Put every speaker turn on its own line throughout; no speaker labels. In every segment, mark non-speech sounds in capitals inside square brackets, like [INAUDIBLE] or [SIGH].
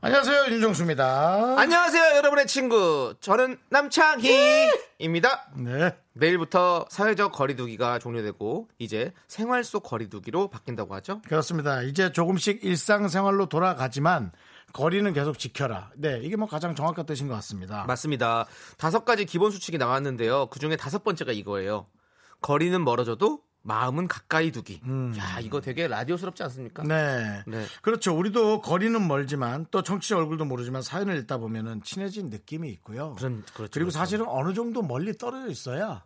안녕하세요 윤정수입니다.
안녕하세요, 여러분의 친구. 저는 남창희입니다.
네.
내일부터 사회적 거리두기가 종료되고 이제 생활 속 거리두기로 바뀐다고 하죠.
그렇습니다. 이제 조금씩 일상생활로 돌아가지만 거리는 계속 지켜라. 네, 이게 뭐 가장 정확한 뜻인 것 같습니다.
맞습니다. 다섯 가지 기본 수칙이 나왔는데요. 그 중에 다섯 번째가 이거예요. 거리는 멀어져도 마음은 가까이 두기. 야, 이거 되게 라디오스럽지 않습니까?
네.
네.
그렇죠. 우리도 거리는 멀지만 또 청취자 얼굴도 모르지만 사연을 읽다 보면은 친해진 느낌이 있고요.
그런- 그렇죠,
리고
그렇죠. 음.
사실은 어느 정도 멀리 떨어져 있어야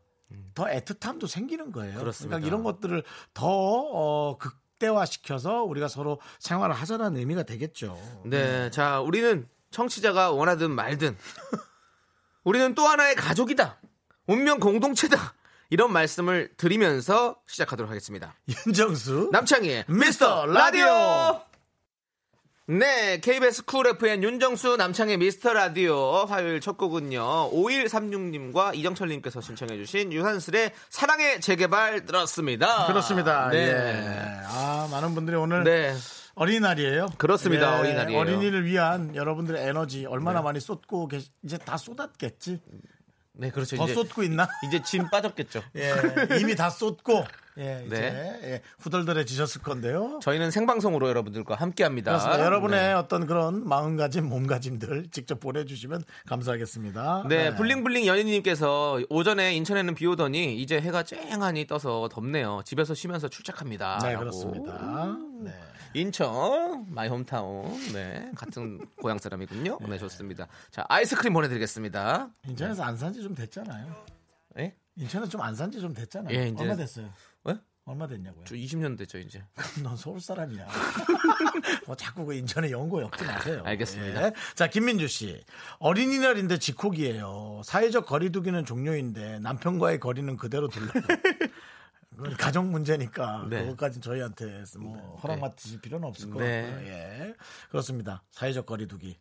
더 애틋함도 생기는 거예요.
그렇습니다.
러니까 이런 것들을 더 어, 극대화시켜서 우리가 서로 생활을 하자는 의미가 되겠죠.
네, 자, 우리는 청취자가 원하든 말든 [LAUGHS] 우리는 또 하나의 가족이다. 운명 공동체다. 이런 말씀을 드리면서 시작하도록 하겠습니다.
[LAUGHS] 윤정수
남창희의 미스터 라디오! 네, KBS 쿨 FM 윤정수 남창의 미스터 라디오 화요일 첫 곡은요. 5136님과 이정철님께서 신청해주신 유한슬의 사랑의 재개발 들었습니다.
그렇습니다.
네.
예. 아, 많은 분들이 오늘
네.
어린이날이에요. 예.
그렇습니다. 어린이날이에요.
어린이를 위한 여러분들의 에너지 얼마나 많이 쏟고 계시, 이제 다 쏟았겠지?
네, 그렇죠.
더
이제,
어, 쏟고 있나?
이제 짐 빠졌겠죠.
예, [LAUGHS] 이미 다 쏟고 예, 이제
네.
예, 후덜덜해지셨을 건데요.
저희는 생방송으로 여러분들과 함께 합니다.
그렇습니다. 여러분의 어떤 그런 마음가짐, 몸가짐들 직접 보내주시면 감사하겠습니다.
네, 블링블링 연인님께서 오전에 인천에는 비 오더니 이제 해가 쨍하니 떠서 덥네요. 집에서 쉬면서 출첵합니다.
네,
라고.
그렇습니다. 네.
인천 마이 홈타운 네 같은 [LAUGHS] 고향 사람이군요.
예.
네 좋습니다. 자 아이스크림 보내드리겠습니다.
인천에서 안 산 지 좀 됐잖아요.
예?
인천에 좀 안 산 지 좀 됐잖아요.
예, 이제-
얼마 됐어요?
왜?
얼마 됐냐고요?
저 20년 됐죠 이제.
[LAUGHS] 넌 서울
[LAUGHS]
사람이야. 뭐 자꾸 그 인천의 연고 엮지 마세요.
알겠습니다.
예. 자, 김민주 씨. 어린이날인데 집콕이에요. 사회적 거리두기는 종료인데 남편과의 거리는 그대로 둘러.
[LAUGHS]
그건 가정 문제니까
네.
그것까지 저희한테 뭐 허락
네.
맡으실 필요는 없을 것
네.
같고요. 예. 그렇습니다. 사회적 거리두기.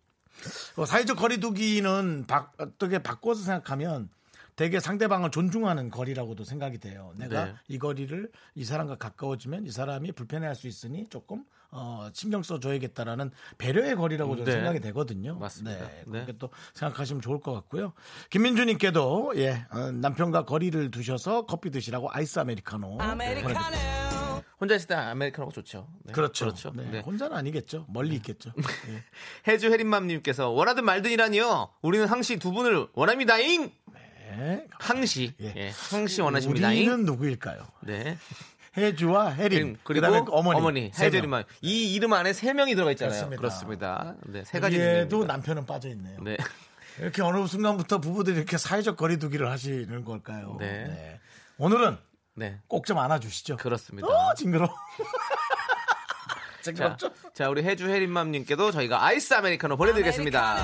어, 사회적 거리두기는 바- 어떻게 바꿔서 생각하면 되게 상대방을 존중하는 거리라고도 생각이 돼요. 내가
네.
이 거리를 이 사람과 가까워지면 이 사람이 불편해할 수 있으니 조금 어, 신경 써줘야겠다라는 배려의 거리라고 저는
네.
생각이 되거든요.
맞습니다.
네,
네.
그렇게 또 생각하시면 좋을 것 같고요. 김민주님께도 예, 어, 남편과 거리를 두셔서 커피 드시라고 아이스 아메리카노 보내드릴게요.
혼자 있을 때 아메리카노가 좋죠. 네,
그렇죠.
그렇죠.
네,
네.
혼자는 아니겠죠. 멀리 있겠죠. 예.
[LAUGHS] 해주 혜린맘님께서 원하든 말든이라니요. 우리는 항시 두 분을 원합니다잉.
네.
항시
예.
예. 항시 [LAUGHS] 원하십니다잉.
우리는 누구일까요? [LAUGHS]
네.
해주와 해림
그리고
그다음에 어머니, 세
해주
명.
혜린맘 이 이름 안에 세 명이 들어가 있잖아요.
그렇습니다.
그렇습니다. 네, 세 가지
여기에도
이름입니다.
남편은 빠져 있네요.
네.
이렇게 어느 순간부터 부부들이 이렇게 사회적 거리두기를 하시는 걸까요?
네.
오늘은 [LAUGHS]
네.
꼭 좀 안아주시죠.
그렇습니다.
어,
[LAUGHS]
징그러워.
자,
징그럽죠?
자, 우리 해주 혜린맘님께도 저희가 아이스 아메리카노 보내드리겠습니다.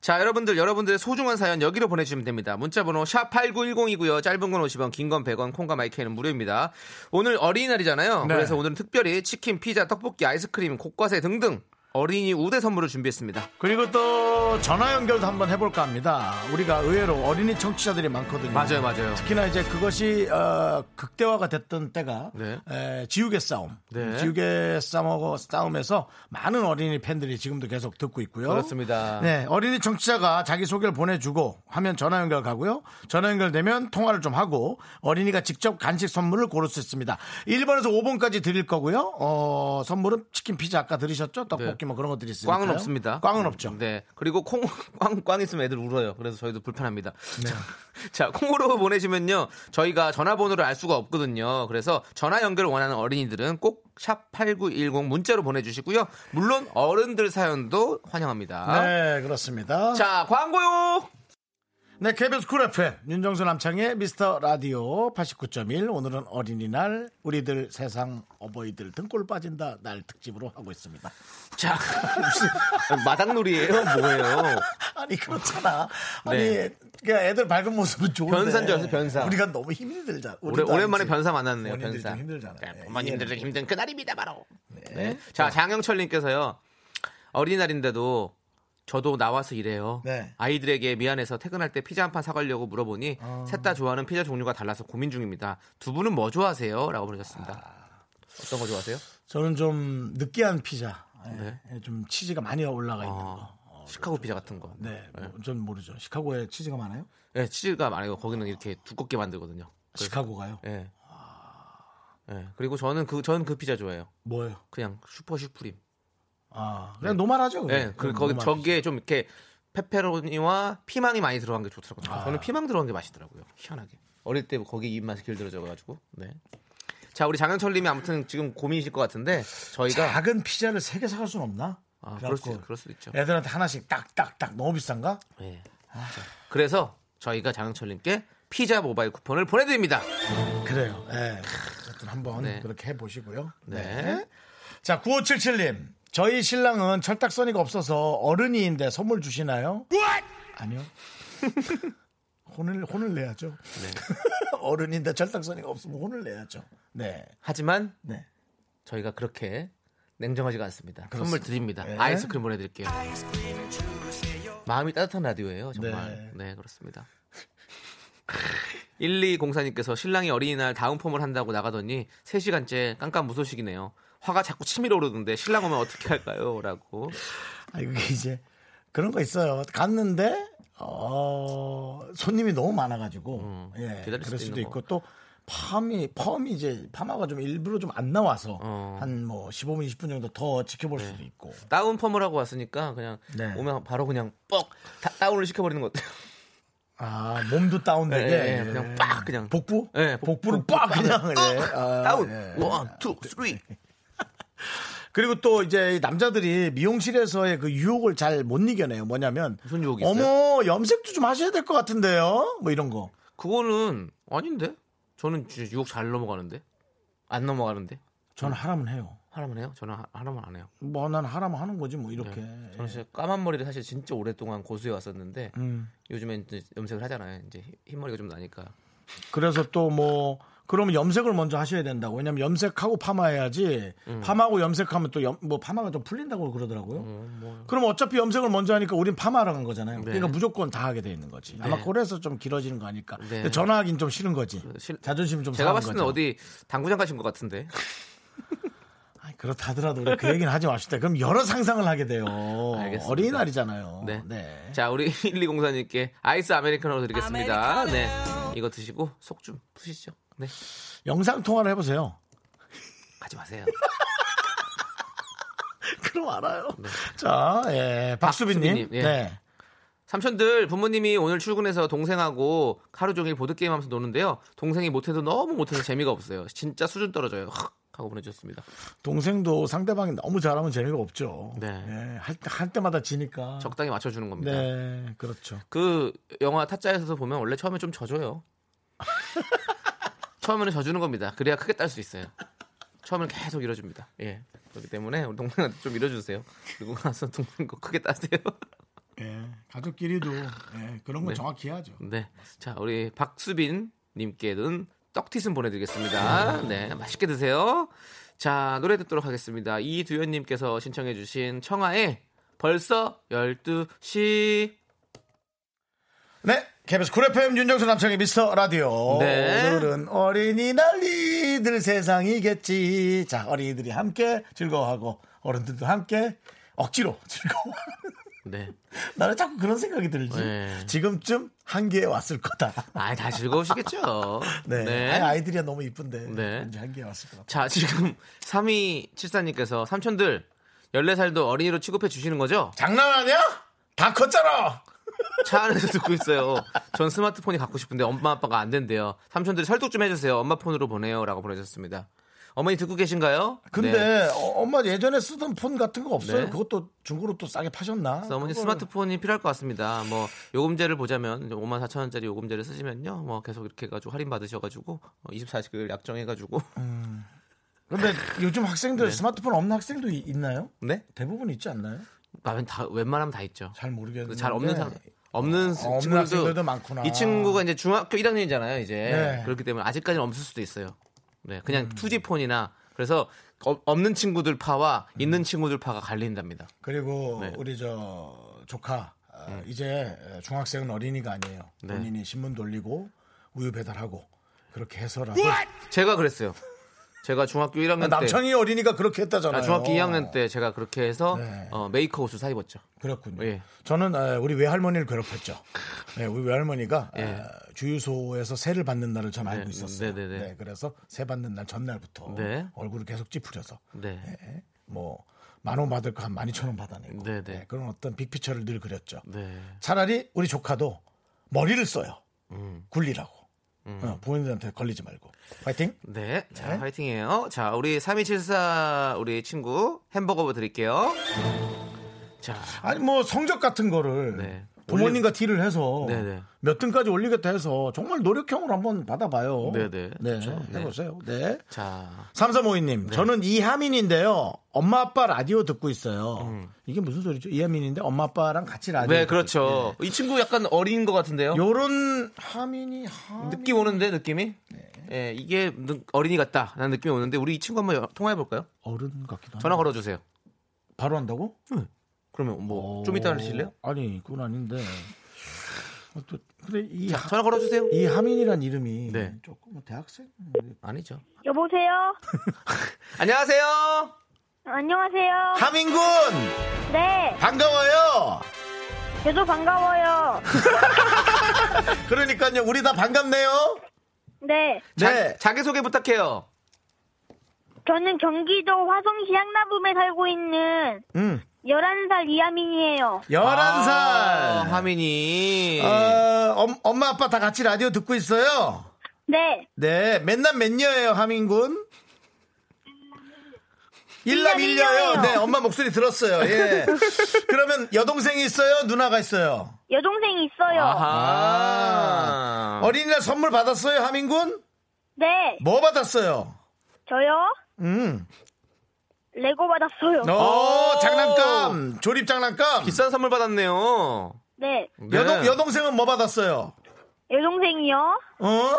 자, 여러분들, 여러분들의 소중한 사연 여기로 보내주시면 됩니다. 문자번호 샵8910이고요. 짧은 건 50원, 긴 건 100원, 콩과 마이크는 무료입니다. 오늘 어린이날이잖아요.
네.
그래서 오늘은 특별히 치킨, 피자, 떡볶이, 아이스크림, 곡과세 등등 어린이 우대 선물을 준비했습니다.
그리고 또 전화 연결도 한번 해볼까 합니다. 우리가 의외로 어린이 청취자들이 많거든요.
맞아요, 맞아요.
특히나 이제 그것이 어, 극대화가 됐던 때가
네.
에, 지우개 싸움,
네.
지우개 싸움하고 싸움에서 많은 어린이 팬들이 지금도 계속 듣고 있고요.
그렇습니다.
네, 어린이 청취자가 자기 소개를 보내주고 하면 전화 연결 가고요. 전화 연결되면 통화를 좀 하고 어린이가 직접 간식 선물을 고를 수 있습니다. 1번에서 5번까지 드릴 거고요. 어, 선물은 치킨, 피자 아까 들으셨죠? 떡볶이
네.
뭐 그런 거 드릴 수 있어요.
꽝은 없습니다.
꽝은 없죠.
네. 그리고 콩, [LAUGHS] 꽝, 꽝 있으면 애들 울어요. 그래서 저희도 불편합니다.
네.
자, [LAUGHS] 자, 콩으로 보내시면요. 저희가 전화번호를 알 수가 없거든요. 그래서 전화 연결 원하는 어린이들은 꼭 샵 8910 문자로 보내주시고요. 물론 어른들 사연도 환영합니다.
네, 그렇습니다.
자, 광고요!
네, KBS 쿨 FM 윤정수 남창의 미스터 라디오 89.1 오늘은 어린이날 우리들 세상 어버이들 등골 빠진다 날 특집으로 하고 있습니다. [LAUGHS]
자, [LAUGHS] 무슨 마당놀이예요? 뭐예요?
아니 그렇잖아. 아니
네.
그러니까 애들 밝은 모습은 좋은데
변사인 줄 알았어, 변사.
우리가 너무 힘들잖아.
오래,
우리도
오랜만에
알지.
변사 만났네요.
본인들이
변사.
좀 힘들잖아요. 예,
부모님들은 힘든 그날입니다 바로. 네. 자 장영철님께서요 어린이날인데도 저도 나와서 일해요.
네.
아이들에게 미안해서 퇴근할 때 피자 한 판 사가려고 물어보니 셋 다 좋아하는 피자 종류가 달라서 고민 중입니다. 두 분은 뭐 좋아하세요? 라고 물으셨습니다. 어떤 거 좋아하세요?
저는 좀 느끼한 피자. 예,
네.
예, 좀 치즈가 많이 올라가 있는 거.
어, 시카고 피자 같은 거. 네,
아. 네, 뭐전 모르죠. 시카고에 치즈가 많아요?
치즈가 많아요. 거기는 이렇게 두껍게 만들거든요.
시카고가요?
예.
아.
예, 그리고 저는 그 저는 그 피자 좋아해요.
뭐예요?
그냥 슈퍼 슈프림.
아, 그냥 노말하죠.
예,
그냥.
그
그냥
거기
노말
저기에 좀 이렇게 페페로니와 피망이 많이 들어간 게 좋더라고요. 저는 피망 들어간 게 맛있더라고요. 희한하게. 아. 어릴 때 거기 입맛이 길들여져 가지고. 네. 자, 우리 장영철 님이 아무튼 지금 고민이실 것 같은데 저희가
작은 피자를 세 개 사갈 순 없나?
아, 그럴
그래갖고
수 그럴 수 있죠.
애들한테 하나씩 딱딱딱 너무 비싼가?
예. 자, 그래서 저희가 장영철 님께 피자 모바일 쿠폰을 보내 드립니다.
그래요. 예. 어쨌든 한번
네.
그렇게 해 보시고요.
네.
자, 9577님. 저희 신랑은 철딱서니가 없어서 어른이인데 선물 주시나요? 아니요. [LAUGHS] 혼을 혼을 내야죠.
네.
[LAUGHS] 어른인데 철딱서니가 없으면 혼을 내야죠. 네.
하지만
네.
저희가 그렇게 냉정하지가 않습니다. 선물
그렇습니다.
드립니다.
네.
아이스크림 보내드릴게요. 마음이 따뜻한 라디오예요, 정말. 네,
네.
그렇습니다. [LAUGHS] 1204님께서 신랑이 어린이날 다운펌을 한다고 나가더니 3시간째 깜깜 무소식이네요. 화가 자꾸 치밀어 오르는데 신랑 오면 어떻게 할까요? 라고.
아, 이게 이제 그런 거 있어요. 갔는데 어, 손님이 너무 많아 가지고 예.
음, 기다릴 수도
그럴 수도
있는
있고 또 펌이 펌이 이제 파마가 좀 일부러 좀 안 나와서
어. 네.
한 뭐 15분 20분 정도 더 지켜볼 수도 있고.
다운펌을 하고 왔으니까 그냥
네.
오면 바로 그냥 뻑! 다- 다운을 시켜버리는 것 같아요.
아, 몸도 다운되게
예, 예, 그냥 빡 그냥.
복부?
예, 복-
복부를 빡 그냥 예. 아,
다운!
예.
원, 투, 쓰리!
그리고 또 이제 이 남자들이 미용실에서의 그 유혹을 잘 못 이겨내요. 뭐냐면
무슨 유혹이
어머 염색도 좀 하셔야 될 것 같은데요. 뭐 이런 거.
그거는 아닌데? 저는 진짜 유혹 잘 넘어가는데? 안 넘어가는데?
저는 하라면 해요.
하라면 해요? 저는 하- 하라면 안 해요. 네.
뭐 난 하라면 하는 거지 뭐 이렇게.
저는 진짜 까만 머리를 사실 진짜 오랫동안 고수해 왔었는데
음.
요즘엔 이제 염색을 하잖아요. 이제 흰 머리가 좀 나니까.
그래서 또 뭐 그러면 염색을 먼저 하셔야 된다고. 왜냐면 염색하고 파마해야지.
음.
파마하고 염색하면 또 뭐 파마가 좀 풀린다고 그러더라고요.
음, 뭐.
그럼 어차피 염색을 먼저 하니까 우린 파마를 한 거잖아요.
네.
그러니까 무조건 다 하게 돼 있는 거지. 아마 그래서 좀 길어지는 거 아닐까.
네. 그,
근데 전화하긴 좀 싫은 거지.
실-
자존심 좀
제가
상한
봤을 때는
거죠.
어디 당구장 가신 것 같은데.
아니, 그렇다 하더라도 우리 그 얘기는 하지 맙시다. 그럼 여러 상상을 하게 돼요.
[LAUGHS] 알겠습니다.
어린이날이잖아요.
네.
네.
자 우리 [LAUGHS] 1204님께 아이스 아메리카노 드리겠습니다. 네. 이거 드시고 속 좀 푸시죠. 네.
영상 통화를 해보세요.
가지 마세요.
그럼 알아요. 자, 예. 박수빈님.
네. 박수빈님, 예.
네.
삼촌들 부모님이 오늘 출근해서 동생하고 하루 종일 보드 게임 하면서 노는데요. 동생이 못해도 너무 못해서 재미가 없어요. 진짜 수준 떨어져요. 헉 하고 보내주셨습니다.
동생도 상대방이 너무 잘하면 재미가 없죠.
네.
예, 할, 때- 할 때마다 지니까.
적당히 맞춰주는 겁니다.
네, 그렇죠.
그 영화 타짜에서도 보면 원래 처음에 좀 져줘요. [LAUGHS] 처음에는 져주는 겁니다. 그래야 크게 딸 수 있어요. 처음에는 계속 밀어줍니다. 예. 그렇기 때문에 우리 동생한테 좀 밀어주세요. 그리고 나서 동생 거 크게 따세요.
예, 가족끼리도 예, 그런 거 정확히 해야죠.
네. 자, 우리 박수빈 님께는 떡티순 보내드리겠습니다. 네. 맛있게 드세요. 자, 노래 듣도록 하겠습니다. 이두현 님께서 신청해주신 청하에 벌써 12시.
네, KBS 쿨 FM 윤정수 남창의 미스터 라디오.
네.
오늘은 어린이날 이들 세상이겠지. 자, 어린이들이 함께 즐거워하고 어른들도 함께 억지로 즐거워.
네.
[LAUGHS] 나는 자꾸 그런 생각이 들지.
네.
지금쯤 한계에 왔을 거다.
아, 다 즐거우시겠죠.
[LAUGHS] 네. 아니, 아이들이 너무 이쁜데.
네.
이제 한계에 왔을 거다.
자, 지금 3274님께서 삼촌들 14살도 어린이로 취급해 주시는 거죠?
장난하냐? 다 컸잖아.
차 안에서 듣고 있어요. 전 스마트폰이 갖고 싶은데 엄마 아빠가 안 된대요. 삼촌들 설득 좀 해주세요. 엄마 폰으로 보내요라고 보내셨습니다. 어머니 듣고 계신가요?
근데
네.
어, 엄마 예전에 쓰던 폰 같은 거 없어요?
네.
그것도 중고로 또 싸게 파셨나?
그래서 어머니
그거는-
스마트폰이 필요할 것 같습니다. 뭐 요금제를 보자면 5만 4천 원짜리 요금제를 쓰시면요, 뭐 계속 이렇게 해가지고 할인 받으셔가지고 24시간 약정해가지고
근데
[LAUGHS]
요즘 학생들 스마트폰 없는 학생도 이- 있나요?
네?
대부분 있지 않나요?
나면 다 웬만하면 다 있죠.
잘 모르겠는데.
그
어,
잘 없는 사 없는
없는 학생들도
친구들도
많구나.
이 친구가 이제 중학교 1학년이잖아요. 이제
네. 음.
그렇기 때문에 아직까지는 없을 수도 있어요. 네, 그냥 투지 폰이나 그래서 어- 없는 친구들 파와
음.
있는 친구들 파가 갈린답니다.
그리고
네. 음.
우리 저 조카 아, 이제 중학생은 어린이가 아니에요.
네.
본인이 신문 돌리고 우유 배달하고 그렇게 해서라도
제가 그랬어요. 제가 중학교 1학년 때
남창희 어린이가
아,
그렇게 했다잖아요.
중학교 2학년 때 제가 그렇게 해서
네.
어, 메이커 옷을 사 입었죠.
그렇군요.
예.
저는 아, 우리 외할머니를 괴롭혔죠. 네, 우리 외할머니가
예.
아, 주유소에서 새를 받는 날을 전 알고
네,
있었어요.
네, 네, 네.
네, 그래서 새 받는 날 전날부터
네.
얼굴을 계속 찌푸려서
네.
예, 뭐 만원 받을 거 한 만 이천 원 받아내고
네, 네.
예, 그런 어떤 빅피처를 늘 그렸죠.
네.
차라리 우리 조카도 머리를 써요.
음.
굴리라고. 어, 부모님한테 걸리지 말고. 파이팅.
네. 자,
네.
화이팅이에요. 자, 우리 3274 우리 친구 햄버거 드릴게요. 자,
아니 뭐 성적 같은 거를
네.
부모님과 티를 해서
네, 네.
몇 등까지 올리겠다 해서 정말 노력형으로 한번 받아봐요.
네, 네.
네,
그렇죠. 네.
해보세요. 네.
자.
3352님, 저는 이하민인데요. 엄마 아빠 라디오 듣고 있어요. 이게 무슨 소리죠? 이하민인데 엄마 아빠랑 같이 라디오.
음. 네, 그렇죠. 이 친구 약간 어린 것 같은데요.
요런 하민이 하
느낌 오는데 느낌이?
네.
예, 이게 느- 어린이 같다라는 느낌이 오는데 우리 이 친구 한번 여- 통화해 볼까요?
어른 같기도 하고.
전화 걸어 주세요.
바로 한다고?
그러면 뭐
어.
좀 이따 하실래요?
아니 그건 아닌데. 어, 또 근데 이 하,
전화 걸어 주세요.
이 하민이란 이름이
네.
조금 뭐 대학생
아니죠.
여보세요?
안녕하세요.
안녕하세요.
하민군
네,
반가워요.
저도 반가워요.
그러니까요 우리 다 반갑네요.
네,
네.
자, 자기소개 부탁해요.
저는 경기도 화성시 향나붐에 살고 있는
음
11살 이하민이에요.
열한 살.
아, 하민이.
어, 엄- 엄마 아빠 다 같이 라디오 듣고 있어요.
네,
네 맨남 맨녀예요 하민군. 일남 일녀요. 네 엄마 목소리 들었어요. [LAUGHS] 예. 그러면 여동생이 있어요 누나가 있어요.
여동생이 있어요.
아하.
어린이날 선물 받았어요 하민군?
네,
뭐 받았어요?
저요?
음.
레고 받았어요.
어, 장난감. 조립 장난감.
비싼 선물 받았네요.
네,
네.
여동, 여동생은 뭐 받았어요?
여동생이요?
어?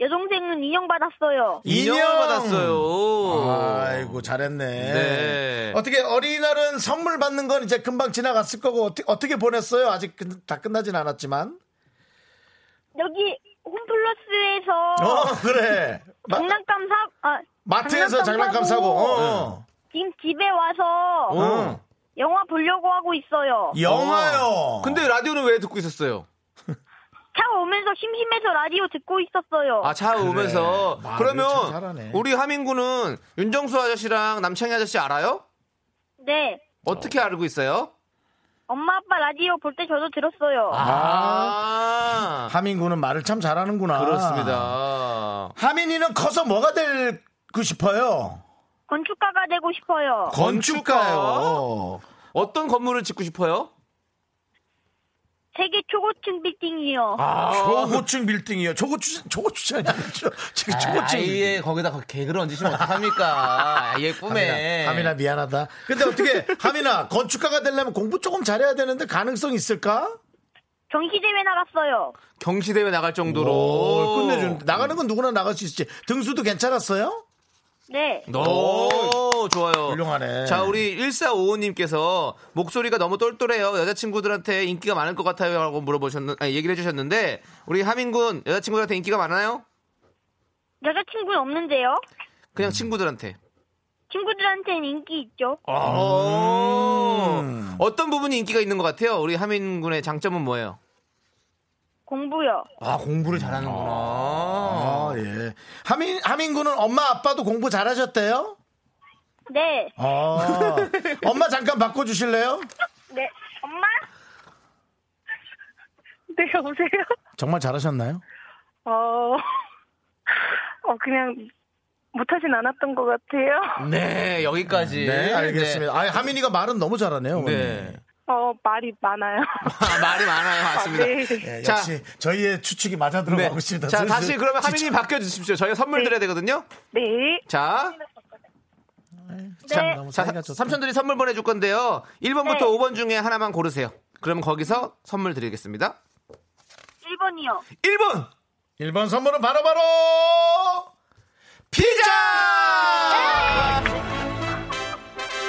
여동생은 인형 받았어요.
인형
인형.
받았어요.
아이고, 잘했네.
네.
어떻게 어린이날은 선물 받는 건 이제 금방 지나갔을 거고, 어떻게, 어떻게 보냈어요? 아직 끝- 다 끝나진 않았지만.
여기 홈플러스에서
어, 그래. 마,
장난감 사, 아,
마트에서 장난감 사고, 어.
지금 집에 와서
어.
영화 보려고 하고 있어요.
영화요.
근데 라디오는 왜 듣고 있었어요?
차 오면서 심심해서 라디오 듣고 있었어요.
아, 차 오면서.
말을 참
그러면
잘하네.
우리 하민군은 윤정수 아저씨랑 남창희 아저씨 알아요?
네.
어떻게 알고 있어요?
엄마 아빠 라디오 볼 때 저도 들었어요.
아.
하민군은 말을 참 잘하는구나.
그렇습니다.
하민이는 커서 뭐가 되고 싶어요?
건축가가 되고 싶어요.
건축가요.
어떤 건물을 짓고 싶어요?
세계 초고층 빌딩이요.
아.
초고층 빌딩이요. 초고층, 초고층이 아니죠. 지금 초고층. 빌딩.
아예 거기다 개그를 얹으시면 어떡합니까? 아예 꿈에.
하민아, 하민아, 미안하다. 근데 어떻게,
[LAUGHS]
하민아, 건축가가 되려면 공부 조금 잘해야 되는데 가능성 있을까?
경시대회 나갔어요.
경시대회 나갈 정도로.
오, 끝내준. 나가는 건 누구나 나갈 수 있지. 등수도 괜찮았어요?
네.
오, 좋아요.
훌륭하네.
자, 우리 1455님께서 목소리가 너무 똘똘해요. 여자친구들한테 인기가 많을 것 같아요. 라고 물어보셨는, 아니, 얘기를 해주셨는데, 우리 하민군 여자친구들한테 인기가 많아요?
여자친구는 없는데요.
그냥
음.
친구들한테.
친구들한테는 인기 있죠.
아.
어. 오. 어떤 부분이 인기가 있는 것 같아요? 우리 하민군의 장점은 뭐예요?
공부요.
아, 공부를 잘하는구나.
아, 예. 하민, 하민군은 엄마, 아빠도 공부 잘하셨대요?
네.
아. [LAUGHS] 엄마 잠깐 바꿔주실래요?
네. 엄마? [LAUGHS] 네, 여보세요? [LAUGHS]
정말 잘하셨나요?
어, 어, 그냥 못하진 않았던 것 같아요.
네, 여기까지.
네, 알겠습니다. 아, 하민이가 말은 너무 잘하네요.
네.
어머니.
네.
어, 말이 많아요.
아, 말이 많아요. 맞습니다.
네.
예,
자. 네.
역시 저희의 추측이 맞아 들어가고 있습니다.
자,
슬슬
다시 그러면
지쳐-
하민님 바뀌어주십시오. 저희가 선물
네.
드려야 되거든요.
네.
자,
참
네.
너무
자
뭐 사이가 좋다.
삼촌들이 선물 보내줄 건데요. 1번부터
네.
5번 중에 하나만 고르세요. 그러면 거기서 선물 드리겠습니다.
1번이요.
1번!
1번 선물은 바로바로
피자!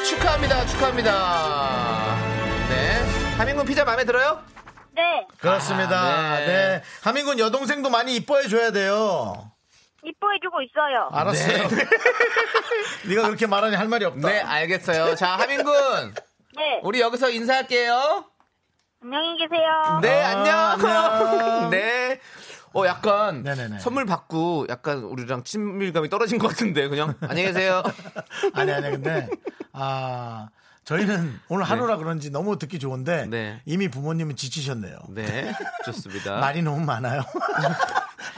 축하합니다, 축하합니다. 네. 하민군 피자 마음에 들어요?
네.
그렇습니다.
아,
네.
네.
하민군 여동생도 많이 이뻐해 줘야 돼요.
이뻐해주고 있어요.
아.
알았어요. [LAUGHS] 네. 가 그렇게 말하니 할 말이 없다.
네, 알겠어요. 자, 하민군.
네.
우리 여기서 인사할게요.
안녕히 계세요.
네,
아,
안녕.
안녕.
[LAUGHS] 네. 어, 약간
네네네.
선물 받고 약간 우리랑 친밀감이 떨어진 것 같은데, 그냥. 안녕히 계세요.
아니 아니 근데 아 저희는 오늘 하루라 그런지 너무 듣기 좋은데
네.
이미 부모님은 지치셨네요.
네, 좋습니다.
말이 너무 [LAUGHS] 많아요.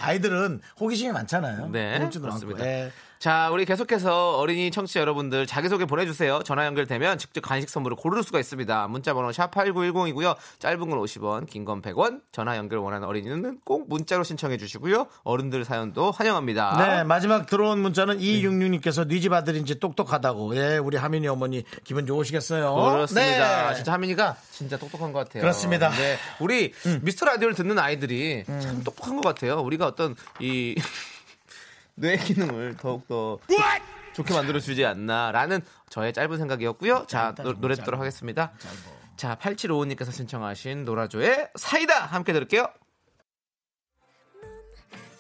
아이들은 호기심이 많잖아요.
네,
부럽지도
그렇습니다.
않고. 예.
자, 우리 계속해서 어린이 청취자 여러분들 자기소개 보내주세요. 전화 연결되면 직접 간식 선물을 고를 수가 있습니다. 문자번호 샵8910이고요. 짧은 건 50원, 긴 건 100원. 전화 연결 원하는 어린이는 꼭 문자로 신청해 주시고요. 어른들 사연도 환영합니다.
네, 마지막 들어온
네.
문자는 266님께서 네 니집 아들인지 똑똑하다고. 예, 우리 하민이 어머니 기분 좋으시겠어요.
그렇습니다. 아,
네.
진짜 하민이가 진짜 똑똑한 것 같아요.
그렇습니다. 음.
네. 우리 미스터 라디오를 듣는 아이들이 참 똑똑한 것 같아요. 우리가 어떤 이 [LAUGHS] 뇌 기능을 더욱더 좋게 만들어주지 않나라는 저의 짧은 생각이었고요. 자, 노, 노래 듣도록 하겠습니다. 자, 8755님께서 신청하신 노라조의 사이다 함께 들을게요.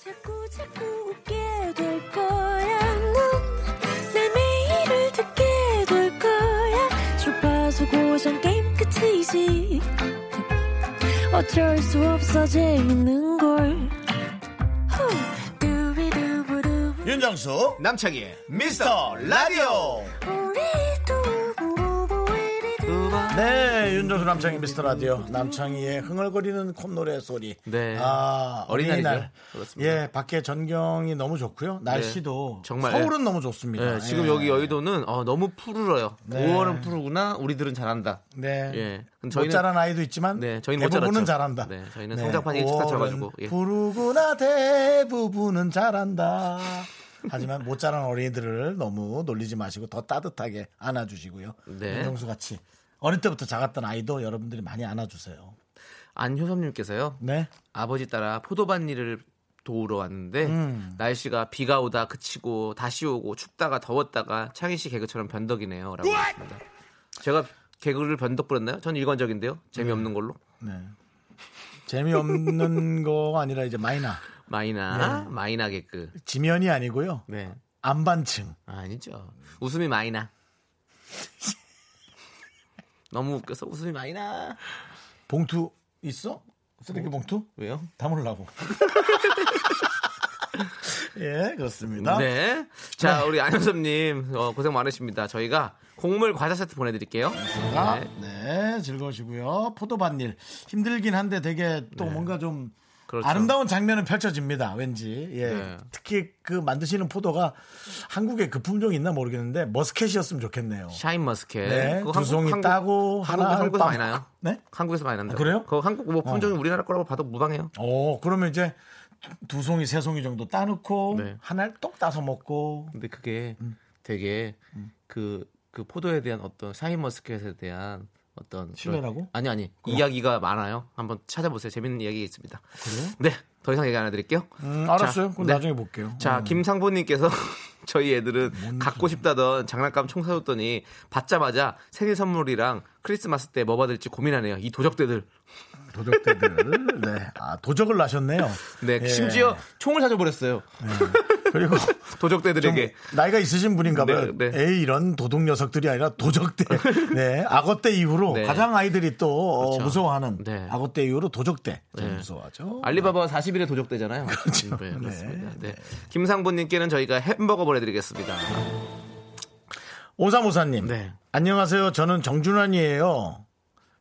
자꾸 자꾸 웃게 될 거야. 넌내 매일을 듣게 될 거야. 주파수 고정 게임 끝이지. 어쩔 수 없어 재밌는 걸. 후. 두비두부두부.
윤정수,
남창희의
미스터 라디오.
우리 두부부부 우리 두부.
네, 윤정수 남창희 미스터 라디오. 남창희의 흥얼거리는 콧노래 소리.
네.
아,
어린이날이죠.
어린이날.
그렇습니다.
예, 밖에 전경이 너무 좋고요. 날씨도
정말,
서울은
예.
너무 좋습니다.
네, 지금
예.
여기 여의도는 어, 너무 푸르러요.
네.
5월은 푸르구나. 우리들은 잘한다.
네.
예. 근데
못 자란 아이도 있지만
네, 저희는 못 자랐죠.
대부분은 잘한다.
네, 저희는 성장판 일찍
오월은
다쳐가지고, 예.
부르구나 대부분은 잘한다. 하지만 [LAUGHS] 못 자란 어린이들을 너무 놀리지 마시고 더 따뜻하게 안아주시고요.
네.
윤정수 같이 어릴 때부터 작았던 아이도 여러분들이 많이 안아주세요.
안효섭님께서요.
네.
아버지 따라 포도밭 일을 도우러 왔는데 날씨가 비가 오다 그치고 다시 오고 춥다가 더웠다가 창희 씨 개그처럼 변덕이네요라고 했습니다. 제가 개그를 변덕 부렸나요? 전 일관적인데요. 재미없는 걸로.
네.
[LAUGHS]
재미없는 거 아니라 이제 마이나
마이나 마이나 개그.
지면이 아니고요.
네.
안반층.
아니죠. 웃음이 마이나. [LAUGHS] 너무 웃겨서 웃음이 마이나.
봉투 있어? 쓰레기 봉투?
왜요?
담으려고. [LAUGHS] 예, 그렇습니다.
네. 자, 우리 안현섭님 어, 고생 많으십니다. 저희가 곡물 과자 세트 보내드릴게요.
아, 네, 즐거우시고요. 포도밭일 힘들긴 한데 되게 또 뭔가 좀
네. 그렇죠.
아름다운 장면은 펼쳐집니다. 왠지 예,
네.
특히 그 만드시는 포도가 한국에 그 품종이 있나 모르겠는데 머스켓이었으면 좋겠네요.
샤인 머스켓.
네,
그거
두 송이 따고
한국,
하나
한국에서
빵.
많이 나요.
네?
한국에서 많이 난다.
아, 그래요?
그거 한국 뭐 품종이 우리나라 거라고 봐도 무방해요.
어, 그러면 이제 두- 두 송이 세 송이 정도 따놓고
네.
하나를 똑 따서 먹고
근데 그게
음.
되게 그, 그 포도에 대한 어떤 샤인 머스켓에 대한 어떤 그런-
신뢰라고? 어.
아니 아니 이야기가 많아요. 한번 찾아보세요. 재밌는 이야기 있습니다. 그래요? 네, 더 이상 얘기 안 해드릴게요.
음, 알았어요.
자,
그럼
네.
나중에 볼게요.
자,
음.
김상보님께서 [LAUGHS] 저희 애들은 갖고 싶다던 장난감 총 사줬더니 받자마자 생일 선물이랑 크리스마스 때 뭐 받을지 고민하네요. 이 도적대들.
도적대들 네, 아 도적을 나셨네요.
네,
예.
심지어 총을 사줘버렸어요.
그리고 좀
[LAUGHS] 도적대들에게.
나이가 있으신 분인가 봐요.
네, 네.
에이 이런 도둑 녀석들이 아니라 도적대.
[LAUGHS]
네. 악어때 이후로
네.
가장 아이들이 또 어,
그렇죠.
무서워하는
네.
악어때 이후로 도적대 제일
네.
무서워하죠.
알리바바 40일의 도적대잖아요. 그렇죠. 네, 그렇습니다. 네. 김상보님께는 저희가 햄버거 보내드리겠습니다.
오사모사님.
네.
안녕하세요. 저는 정준환이에요.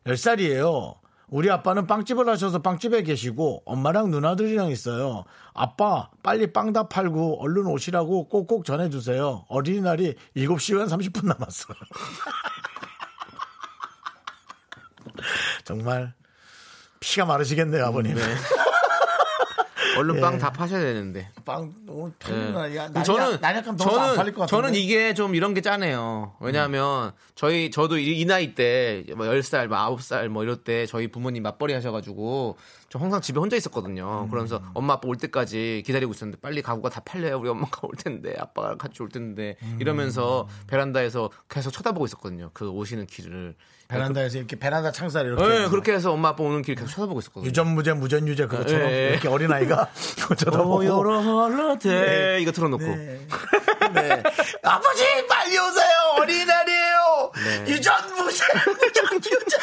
10살이에요. 우리 아빠는 빵집을 하셔서 빵집에 계시고 엄마랑 누나들이랑 있어요. 아빠 빨리 빵 다 팔고 얼른 오시라고 꼭꼭 전해주세요. 어린이날이 7시 한 30분 남았어요. [LAUGHS] 정말 피가 마르시겠네요 아버님.
얼른 빵 다 파셔야 되는데.
빵 오늘
예.
평균 날이야.
근데
저는 난약감 너무 안 팔릴 것 같아요.
저는 이게 좀 이런 게 짜네요. 왜냐하면 저희 저도 이, 이 나이 때뭐 10살, 뭐 9살 뭐 이럴 때 저희 부모님 맞벌이 하셔가지고 저 항상 집에 혼자 있었거든요. 그러면서 엄마 아빠 올 때까지 기다리고 있었는데 빨리 가구가 다 팔려야 우리 엄마가 올 텐데 아빠가 같이 올 텐데 이러면서 베란다에서 계속 쳐다보고 있었거든요. 그 오시는 길을.
베란다에서 이렇게 베란다 창살 이렇게
네, 그렇게 해서 엄마 아빠 오는 길 계속 쳐다보고 있었거든요.
유전무죄 무전유죄 그것처럼
예, 어, 예.
이렇게
[LAUGHS]
어린 아이가
오,
쳐다보고
여러 홀로데 이거 틀어놓고
네. 아버지 빨리 오세요 어린이날이에요
네.
유전무죄 무전유죄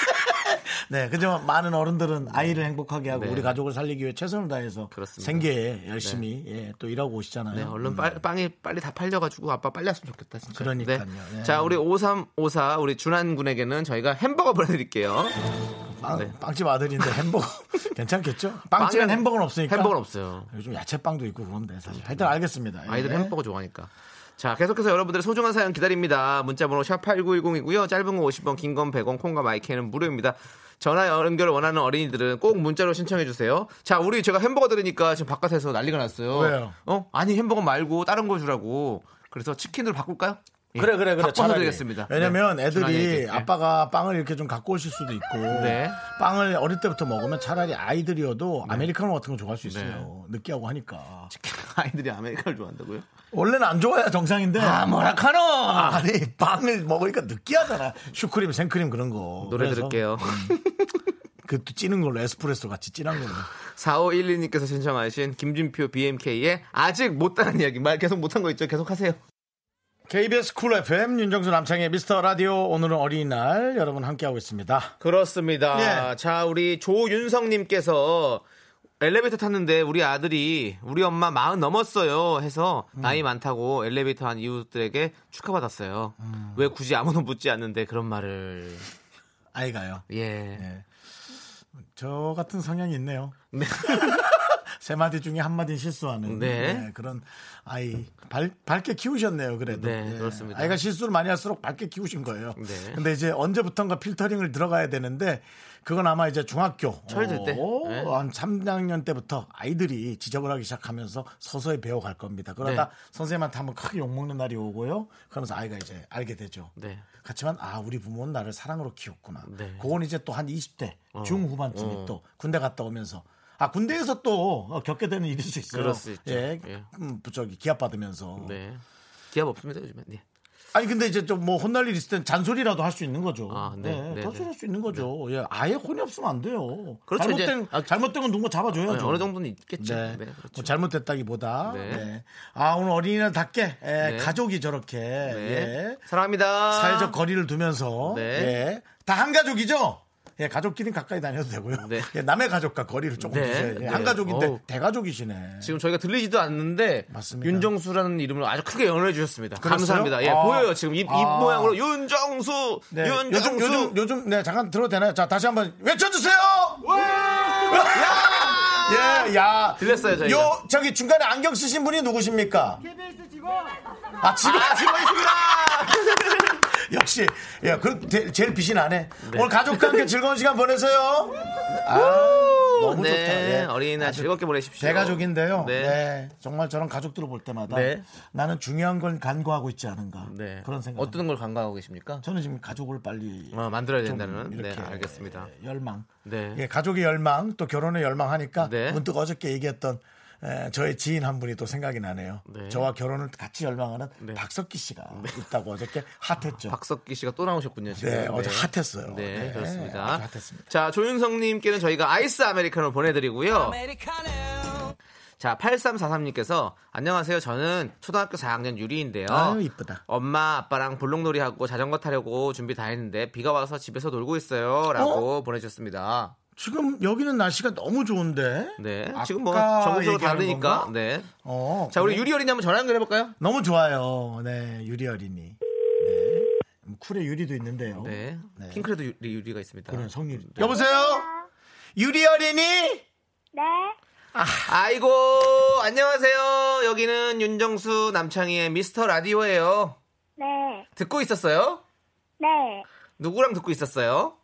네 그지만 많은 어른들은 아이를 행복하게 하고
네.
우리 가족을 살리기 위해 최선을 다해서
그렇습니다.
생계에 열심히 예, 또 일하고 오시잖아요
네, 얼른 빨- 빵이 빨리 다 팔려가지고 아빠 빨리 왔으면 좋겠다 진짜.
그러니까요.
네.
네.
자 우리 5354 우리 준한 군에게는 저희가 햄버거 보내드릴게요.
음, 빵,
네.
빵집 아들인데 햄버거 [LAUGHS] 괜찮겠죠? 빵집엔
빵은-
햄버거는 없으니까
햄버거 없어요. 네.
요즘 야채빵도 있고 그런데 사실 하여튼 알겠습니다 예.
아이들 햄버거 좋아하니까. 자 계속해서 여러분들의 소중한 사연 기다립니다. 문자번호 샵 #8910이고요. 짧은 건 50원, 긴 건 100원, 콩과 마이크는 무료입니다. 전화 연결 원하는 어린이들은 꼭 문자로 신청해 주세요. 자, 우리 제가 햄버거 드리니까 지금 바깥에서 난리가 났어요.
왜요?
어? 아니 햄버거 말고 다른 거 주라고. 그래서 치킨으로 바꿀까요? 예,
그래 그래 그래
바꿔서
차라리.
드리겠습니다.
왜냐면
네, 준환이에게.
애들이
예.
아빠가 빵을 이렇게 좀 갖고 오실 수도 있고
네.
빵을 어릴 때부터 먹으면 차라리 아이들이어도 아메리카노 같은 거 좋아할
네.
수 있어요 느끼하고 하니까
[LAUGHS] 아이들이 아메리카노를 좋아한다고요?
원래는 안 좋아야 정상인데 아 뭐라카노 아니 빵을 먹으니까 느끼하잖아 슈크림 생크림 그런 거
노래
그래서
들을게요.
그 찌는 걸로 에스프레소 같이 찐한 걸로
4512님께서 신청하신 김준표 BMK의 아직 못다는 이야기 말 계속 못한 거 있죠? 계속 하세요.
KBS 쿨 FM 윤정수 남창의 미스터 라디오 오늘은 어린이날 여러분 함께하고 있습니다 네.
그렇습니다. 자, 우리 조윤성님께서 엘리베이터 탔는데 우리 아들이 우리 엄마 마흔 넘었어요 해서
음.
나이 많다고 엘리베이터 한 이웃들에게 축하받았어요.
음.
왜 굳이 아무도 묻지 않는데 그런 말을.
아이가요
예.
예. 저 같은 성향이 있네요. [LAUGHS] 세 마디 중에 한 마디는 실수하는
네.
예, 그런 아이 밝, 밝게 키우셨네요. 그래도 예.
네, 그렇습니다.
아이가 실수를 많이 할수록 밝게 키우신 거예요.
네.
근데 이제 언제부턴가 필터링을 들어가야 되는데 그건 아마 이제 중학교
철들 때.
오,
네.
한 3학년 때부터 아이들이 지적을 하기 시작하면서 서서히 배워갈 겁니다. 그러다
네.
선생님한테 한번 크게 욕먹는 날이 오고요. 그러면서 아이가 이제 알게 되죠.
네.
그렇지만 아 우리 부모는 나를 사랑으로 키웠구나.
네. 어.
그건 이제 또 한 20대 중후반쯤에 또 군대 갔다 오면서 아 군대에서 또 어, 겪게 되는 일일 수 있어요.
그럴 수 있죠.
예,
예.
음, 저기 기합 받으면서.
네. 기합 없습니다, 요즘에. 네.
아니 근데 이제 좀 뭐 혼날 일 있을 땐 잔소리라도 할 수 있는 거죠.
아, 네,
네,
네,
잔소리
네.
할수 있는 거죠. 예, 아예 혼이 없으면 안 돼요.
그렇죠,
잘못된
이제. 아, 네,
잘못된 건 누군가 잡아줘야죠.
어느 정도는 있겠죠.
네.
네,
뭐
그렇죠.
잘못됐다기보다
네.
네. 아 오늘 어린이날답게 예,
네.
가족이 저렇게
네.
예,
사랑합니다.
사회적 거리를 두면서 예.
네.
다 한 가족이죠. 예, 가족끼리는 가까이 다녀도 되고요.
네.
예, 남의 가족과 거리를 조금
네.
두세요. 예, 한
네.
가족인데
어우.
대가족이시네.
지금 저희가 들리지도 않는데
맞습니다.
윤정수라는 이름을 아주 크게 연호해 주셨습니다.
그랬어요?
감사합니다. 예,
아.
보여요. 지금 입, 입
아.
모양으로 윤정수,
네.
윤정수.
요즘 요즘 요즘 네 잠깐 들어도 되나요? 자 다시 한번 외쳐주세요. 예, 야
들렸어요, 저희가.
요 저기 중간에 안경 쓰신 분이 누구십니까? KBS 직원. 아 직원. [LAUGHS] 역시 야, 그 제- 제일 빛이 나네. 오늘 가족과 함께 즐거운 시간 보내세요. 아, 너무
네,
좋다. 예.
어린이날 즐겁게 보내십시오.
대가족인데요.
네.
네. 정말 저런 가족들을 볼 때마다
네.
나는 중요한 건 간과하고 있지 않은가.
네.
그런 생각.
어떤 걸 관광하고 계십니까?
저는 지금 가족을 빨리
어, 만들어야
좀
된다는. 네,
이렇게
알겠습니다.
열망.
네.
예, 가족의 열망 또 결혼의 열망하니까
네.
문득 어저께 얘기했던 에, 저의 지인 한 분이 또 생각이 나네요.
네.
저와 결혼을 같이 열망하는 박석기 씨가 있다고 어저께 핫했죠.
박석기 씨가 또 나오셨군요. 지금.
네, 어제 핫했어요.
네,
네,
그렇습니다.
아주 핫했습니다.
자, 조윤성님께는 저희가 아이스 아메리카노 보내드리고요. 자, 8343님께서 안녕하세요. 저는 초등학교 4학년 유리인데요.
아유, 이쁘다.
엄마, 아빠랑 볼록놀이 하고 자전거 타려고 준비 다 했는데 비가 와서 집에서 놀고 있어요. 라고 보내주셨습니다.
지금 여기는 날씨가 너무 좋은데.
네, 지금 뭐
아까
전국적으로
얘기하는
다르니까.
건가?
네.
어,
자, 우리
그래.
유리 어린이 한번 전화 연결해볼까요?
너무 좋아요. 네, 유리 어린이. 네. 음, 쿨의 유리도 있는데요.
네.
네.
핑크레도 유리, 유리가 있습니다.
그런 성유리.
여보세요?
유리 어린이?
네.
아이고, 안녕하세요. 여기는 윤정수 남창희의 미스터 라디오예요.
네.
듣고 있었어요?
네.
누구랑 듣고 있었어요?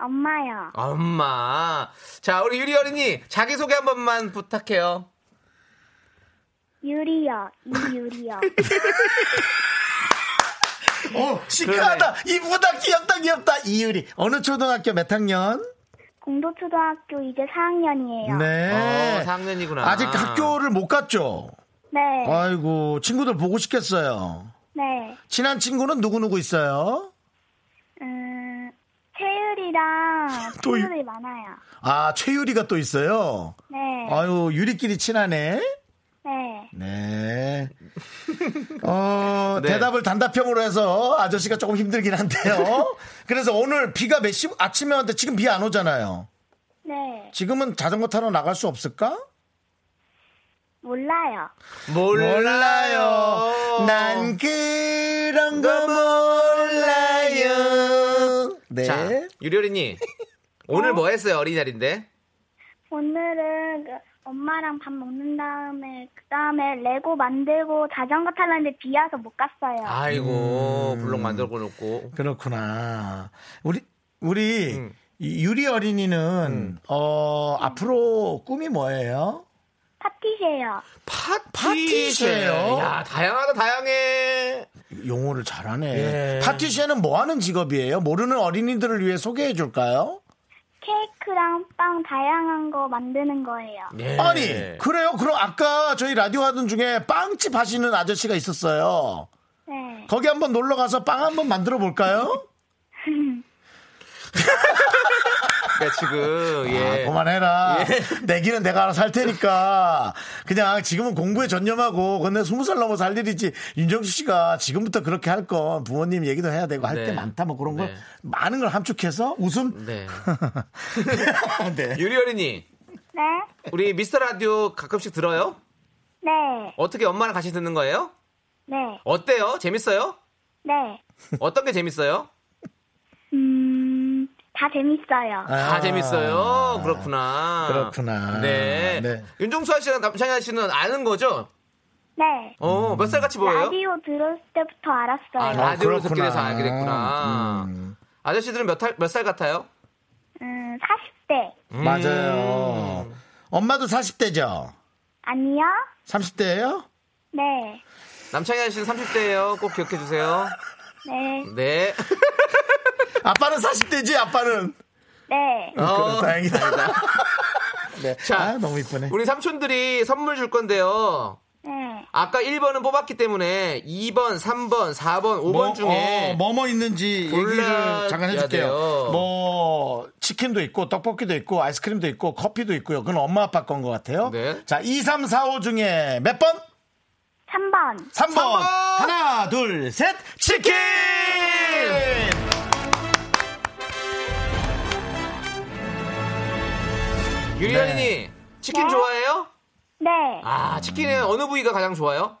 엄마요.
엄마. 자, 우리 유리 어린이 자기소개 한 번만 부탁해요.
유리요.
[LAUGHS]
이유리요.
어, 시크하다. 이쁘다, 귀엽다, 귀엽다. 이유리. 어느 초등학교 몇 학년?
공도초등학교 이제 4학년이에요.
네.
어, 4학년이구나.
아직 학교를 못 갔죠?
네.
아이고, 친구들 보고 싶겠어요.
네.
친한 친구는 누구누구 있어요?
음,
[LAUGHS]
채율이랑
또 유-
친구들이 많아요.
아, 최유리가 또 있어요.
네.
아유, 유리끼리 친하네.
네.
네. 어,
[LAUGHS] 네.
대답을 단답형으로 해서 아저씨가 조금 힘들긴
[LAUGHS]
한데요. 그래서 오늘 비가 몇 시, 아침에 왔는데 지금 비 안 오잖아요.
네.
지금은 자전거 타러 나갈 수 없을까?
몰라요.
몰라요.
난 그런 거 몰라요. 네.
자, 유리 어린이. 오늘 뭐 했어요, 어린이날인데?
오늘은 그 엄마랑 밥 먹는 다음에 그 다음에 레고 만들고 자전거 타려는데 비 와서 못 갔어요.
아. 아이고,
음.
블록 만들고 놓고.
그렇구나. 우리, 우리,
음.
이 유리 어린이는, 어, 앞으로 꿈이 뭐예요?
파티세요.
파티쉐요?
네. 야, 다양하다, 다양해.
용어를 잘하네.
예.
파티시에는 뭐 하는 직업이에요? 모르는 어린이들을 위해 소개해 줄까요?
케이크랑 빵 다양한 거 만드는 거예요.
예.
아니, 그래요? 그럼 아까 저희 라디오 하던 중에 빵집 하시는 아저씨가 있었어요.
네.
거기 한번 놀러 가서 빵 한번 만들어 볼까요?
그러니까 지금, 예.
[LAUGHS] 아, 그만해라. [LAUGHS] 내기는 내가 알아서 할 테니까. 그냥 지금은 공부에 전념하고, 근데 스무 살 넘어서 할 일이지. 윤정수 씨가 지금부터 그렇게 할 건 부모님 얘기도 해야 되고 할 때
네.
많다 뭐 그런 걸
네.
많은 걸 함축해서 웃음?
네.
[LAUGHS] 네.
유리 어린이.
네.
우리 미스터 라디오 가끔씩 들어요?
네.
어떻게 엄마랑 같이 듣는 거예요?
네.
어때요? 재밌어요?
네.
어떤 게 재밌어요?
음, 다 재밌어요.
[LAUGHS] 다
아,
재밌어요. 그렇구나.
그렇구나.
네.
네.
윤종수 씨랑 남창희 씨는 아는 거죠?
네.
어,
음.
몇 살 같이 보여요?
라디오 들었을 때부터
아,
알았어요.
라디오를
그렇구나.
듣게 돼서 알게 됐구나.
음.
아저씨들은 몇 살 같아요?
음, 40대.
맞아요. 엄마도 40대죠?
아니요?
30대예요?
네.
남창희 씨는 30대예요. 꼭 기억해 주세요.
[LAUGHS]
네.
네.
아빠는 40대지, 아빠는.
네.
그래, 다행이다.
[LAUGHS]
[LAUGHS] 네.
자,
아, 너무 이쁘네.
어, 우리 삼촌들이 선물 줄 건데요.
네.
아까 1번은 뽑았기 때문에 2번, 3번, 4번, 5번 중에
어, 뭐뭐 있는지 얘기를
골라야
잠깐 해줄게요.
돼요.
뭐 치킨도 있고 떡볶이도 있고 아이스크림도 있고 커피도 있고요. 그건 엄마 아빠 건 것 같아요.
네.
자, 2, 3, 4, 5 중에 몇 번?
3번.
3번.
번.
하나, 둘, 셋. 치킨!
유리언니 치킨
네?
좋아해요?
네.
아 치킨은 어느 부위가 가장 좋아요?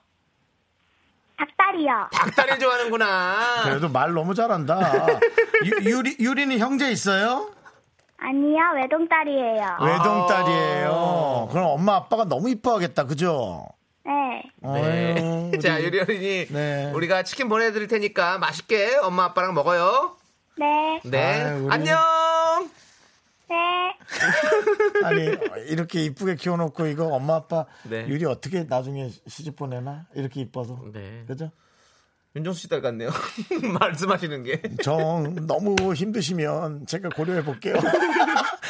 닭다리요.
닭다리 좋아하는구나.
그래도 말 너무 잘한다. 유, 유리, 유리는 형제 있어요?
아니요, 외동딸이에요.
아.
외동딸이에요. 그럼 엄마 아빠가 너무 이뻐하겠다. 그죠?
네.
네.
어휴,
[LAUGHS] 자
우리-
유리언니
네.
우리가 치킨 보내드릴 테니까 맛있게 엄마 아빠랑 먹어요.
네.
네
아유, 우리-
안녕.
네.
아니 이렇게 이쁘게 키워놓고 이거 엄마 아빠
네.
유리 어떻게 나중에 시집 보내나 이렇게 이뻐서
네.
그죠?
윤정수 씨 딸 같네요. [LAUGHS] 말씀하시는 게.
정 너무 힘드시면 제가 고려해
[LAUGHS]
볼게요.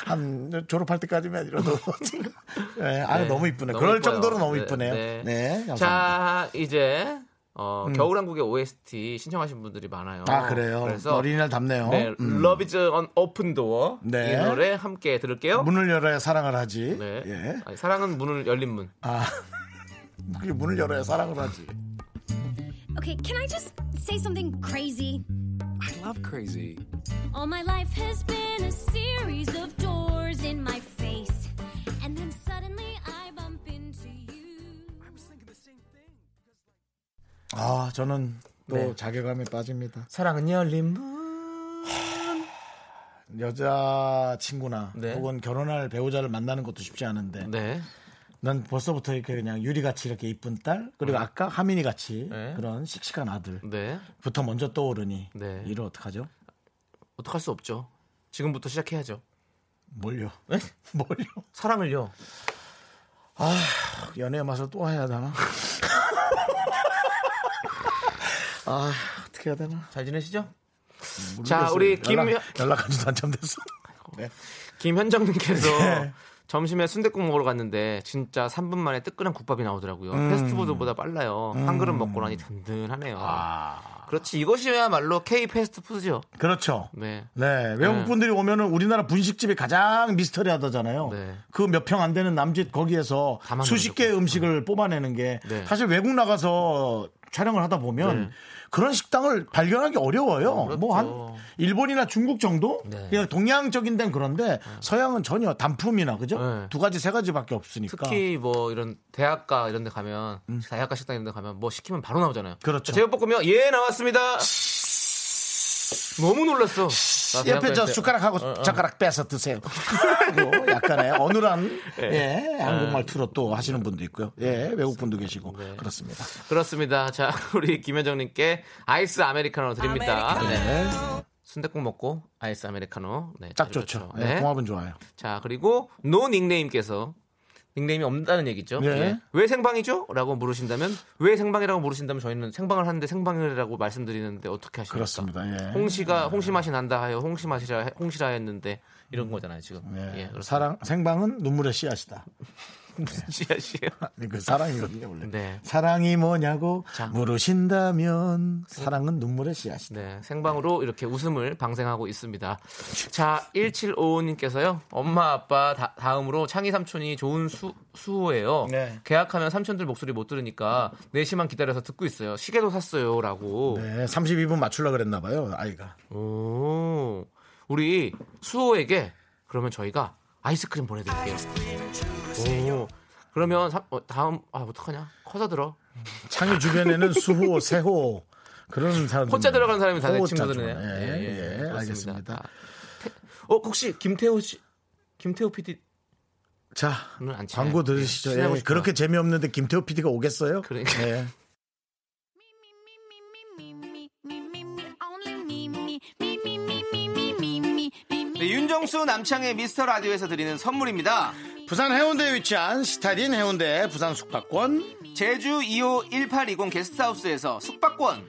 한 졸업할 때까지만 이러도 제가 네, 아
네,
너무 이쁘네.
너무
그럴
이뻐요.
정도로 너무
네,
이쁘네요.
네.
네, 감사합니다. 음.
자 이제 어, 겨울왕국의 OST 신청하신 분들이 많아요.
아 그래요.
그래서
어린이날 답네요.
네,
음.
Love is an open door
네.
이 노래 함께 들을게요.
문을 열어야 사랑을 하지.
네.
예.
아니, 사랑은 문을 열린 문.
아 그게 문을 열어야 사랑을 하지.
Okay, can I just say something crazy?
I love crazy.
All my life has been a series of doors in my face, and then suddenly I bump into you.
아 저는 또
네.
자괴감에 빠집니다.
사랑은 열린 문.
여자 친구나
네.
혹은 결혼할 배우자를 만나는 것도 쉽지 않은데
네.
난 벌써부터 이렇게 그냥 유리 같이 이렇게 이쁜 딸 그리고 아까 하민이 같이
네.
그런 씩씩한 아들부터
네.
먼저 떠오르니
네.
이러 어떡하죠?
어떡할 수 없죠. 지금부터 시작해야죠.
뭘요?
네?
[LAUGHS] 뭘요?
사랑을요.
연애 의 맛을 또 해야
[LAUGHS]
되나? 아 어떻게 해야 되나?
잘 지내시죠?
모르겠어요.
우리
연락-
김현-
연락한 지도 한참 됐어. 네.
김현정님께서
[LAUGHS] 네.
점심에 순댓국 먹으러 갔는데 진짜 3분 만에 뜨끈한 국밥이 나오더라고요.
음.
패스트푸드보다 빨라요. 한 그릇 먹고 나니 든든하네요.
아.
그렇지 이것이야말로 K 패스트푸드죠.
그렇죠.
네.
네, 외국
네.
분들이 오면은 우리나라 분식집이 가장 미스터리하다잖아요.
네.
그 몇 평 안 되는 남짓 거기에서
다 만들어내고.
수십 개의 음식을 뽑아내는 게
네.
사실 외국 나가서 촬영을 하다 보면
네.
그런 식당을 발견하기 어려워요.
어렵죠.
뭐 한 일본이나 중국 정도
네.
그냥 동양적인 데는 그런데 서양은 전혀 단품이나 그죠?
네.
두 가지 세 가지밖에 없으니까. 음.
특히 뭐 이런 대학가 이런 데 가면 대학가 식당 이런 데 가면 뭐 시키면 바로 나오잖아요.
그렇죠.
제육볶음면 예 나왔습니다. 너무 놀랐어. 나 대학
옆에
다닐
저
때-
숟가락하고
어.
젓가락 빼서 드세요. 하고 약간의 어눌한 예, 한국말 투로 또 하시는 분도 있고요. 예, 외국 분도 계시고
네.
그렇습니다.
그렇습니다. 자, [LAUGHS] 우리 김현정님께 아이스 아메리카노 드립니다. 네. 순대국 먹고 아이스 아메리카노. 네,
딱
아주
예, 좋죠.
네.
예, 궁합은 좋아요.
자, 그리고 노 닉네임께서 닉네임이 없다는 얘기죠.
네.
예. 왜 생방이죠? 라고 물으신다면 왜 생방이라고 물으신다면 저희는 생방을 하는데 생방이라고 말씀드리는데 어떻게 하십니까?
그렇습니다. 예.
홍시가 홍시 맛이 난다 하여 홍시 맛이라 홍시라 했는데 이런 거잖아요 지금.
예,
예, 그렇습니다.
사랑 생방은 눈물의 씨앗이다. [LAUGHS]
무슨 [LAUGHS] 씨앗이에요?
아니, 그 사랑이거든요 원래.
네.
사랑이 뭐냐고
자.
물으신다면 사랑은 눈물의 씨앗이다.
네, 생방으로 이렇게 웃음을 방생하고 있습니다. 자, 1755님께서요. 엄마 아빠 다, 음으로 창희 삼촌이 좋은 수, 수호예요.
네.
계약하면 삼촌들 목소리 못 들으니까 4시만 기다려서 듣고 있어요. 시계도 샀어요라고.
네, 32분 맞추려 그랬나 봐요 아이가.
네. 오. 우리 수호에게 그러면 저희가 아이스크림 보내 드릴게요. 오. 그러면 삼- 어, 다음 아 어떡하냐? 커서 들어.
창의 주변에는 수호, 세호 그런 사람들.
호자 들어가는 사람이 다 내
호자
친구들이네요.
좀, 음. 예, 예,
그렇습니다.
알겠습니다.
아, 태- 어, 혹시 김태호 씨, 김태호 PD는
자,
안 친해요?
광고
예,
들으시죠.
친하고
예,
싶다.
그렇게 재미없는데 김태호 PD가 오겠어요?
그러니까.
예.
네, 윤정수 남창의 미스터 라디오에서 드리는 선물입니다.
부산 해운대에 위치한 스타딘 해운대 부산 숙박권.
제주 2호 1820 게스트하우스에서 숙박권,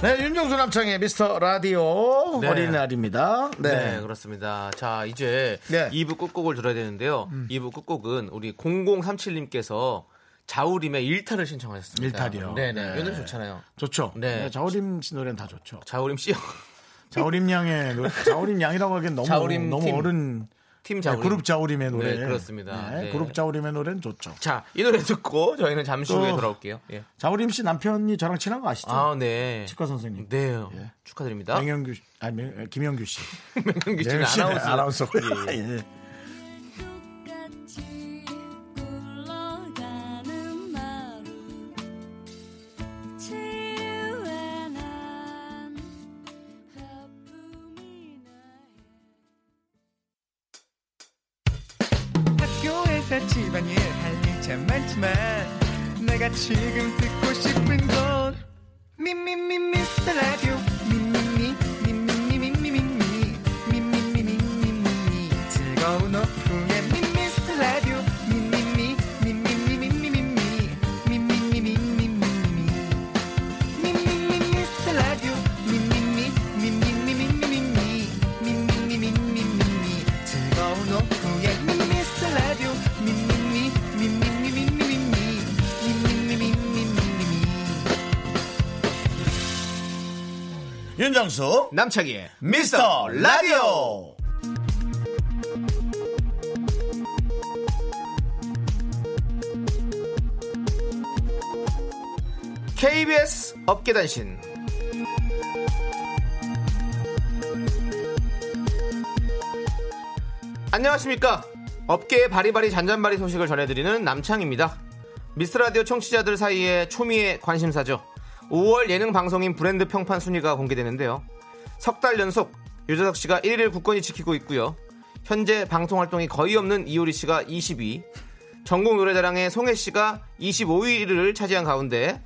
네, 윤종수 남창의 미스터 라디오
네.
어린이날입니다.
네.
네.
그렇습니다. 자, 이제
네. 음.
2부 끝곡을 들어야 되는데요. 2부 끝곡은 우리 0037님께서 자우림의 일탈을 신청하셨습니다.
일탈이요?
네네.
네.
요즘 좋잖아요.
좋죠.
네.
네, 자우림 씨 노래는 다 좋죠.
자우림 씨요. [LAUGHS]
자우림 양의 노래, 자우림 양이라고 하기엔 너무
자우림
너무
팀.
어른
팀 자우림.
네, 그룹 자우림의 노래.
네, 그렇습니다.
네,
네.
그룹 자우림의 노래는 좋죠.
자, 이 노래 듣고 저희는 잠시 후에
어.
돌아올게요. 예.
자우림 씨 남편이 저랑 친한 거 아시죠?
아, 네.
치과 선생님.
네.
예.
축하드립니다. [LAUGHS]
맹영규 씨, 아니 맹- 김영규 씨.
맹경규 씨는
맹영규 씨는
아나운서.
아나운서.
예, 예.
[LAUGHS] 예.
똑같이 굴러가는 마음 치유에 난 아픔이 나의
학교에서 집안일 할 일 참 많지만 내가 지금 듣고 싶은 건 미미미 미스터 라디오 미미미 미미미 미미미 미미미 미미미 즐거운 오후에 미스터 라디오 미미미 미미미 미미미 미미미 미미미
윤정수
남창희의
미스터 라디오
KBS 업계단신 안녕하십니까 업계의 바리바리 잔잔바리 소식을 전해드리는 남창입니다 미스라디오 청취자들 사이에 초미의 관심사죠 5월 예능 방송인 브랜드 평판 순위가 공개되는데요 석 달 연속 유재석 씨가 1위를 굳건히 지키고 있고요 현재 방송 활동이 거의 없는 이효리 씨가 22 전국 노래자랑의 송혜 씨가 25위를 차지한 가운데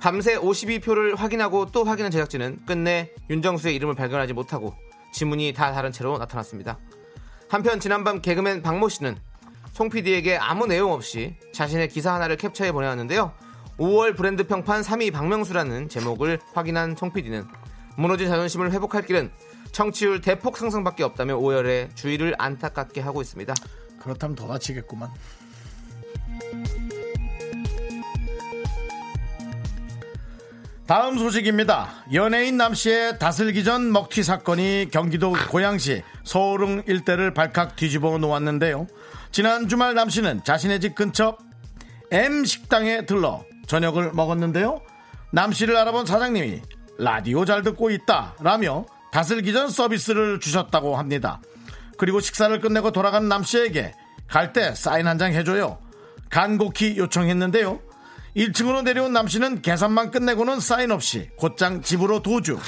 밤새 52표를 확인하고 또 확인한 제작진은 끝내 윤정수의 이름을 발견하지 못하고 지문이 다 다른 채로 나타났습니다. 한편 지난밤 개그맨 박모 씨는 송 PD에게 아무 내용 없이 자신의 기사 하나를 캡처해 보내왔는데요. 5월 브랜드 평판 3위 박명수라는 제목을 확인한 송 PD는 무너진 자존심을 회복할 길은 청취율 대폭 상승밖에 없다며 오열에 주의를 안타깝게 하고 있습니다.
그렇다면 더 다치겠구만 다음 소식입니다. 연예인 남씨의 다슬기 전 먹튀 사건이 경기도 고양시 서울흥 일대를 발칵 뒤집어 놓았는데요. 지난 주말 남씨는 자신의 집 근처 M 식당에 들러 저녁을 먹었는데요. 남씨를 알아본 사장님이 라디오 잘 듣고 있다 라며 다슬기 전 서비스를 주셨다고 합니다. 그리고 식사를 끝내고 돌아간 남씨에게 갈 때 사인 한 장 해줘요. 간곡히 요청했는데요. 1층으로 내려온 남씨는 계산만 끝내고는 사인 없이 곧장 집으로 도주.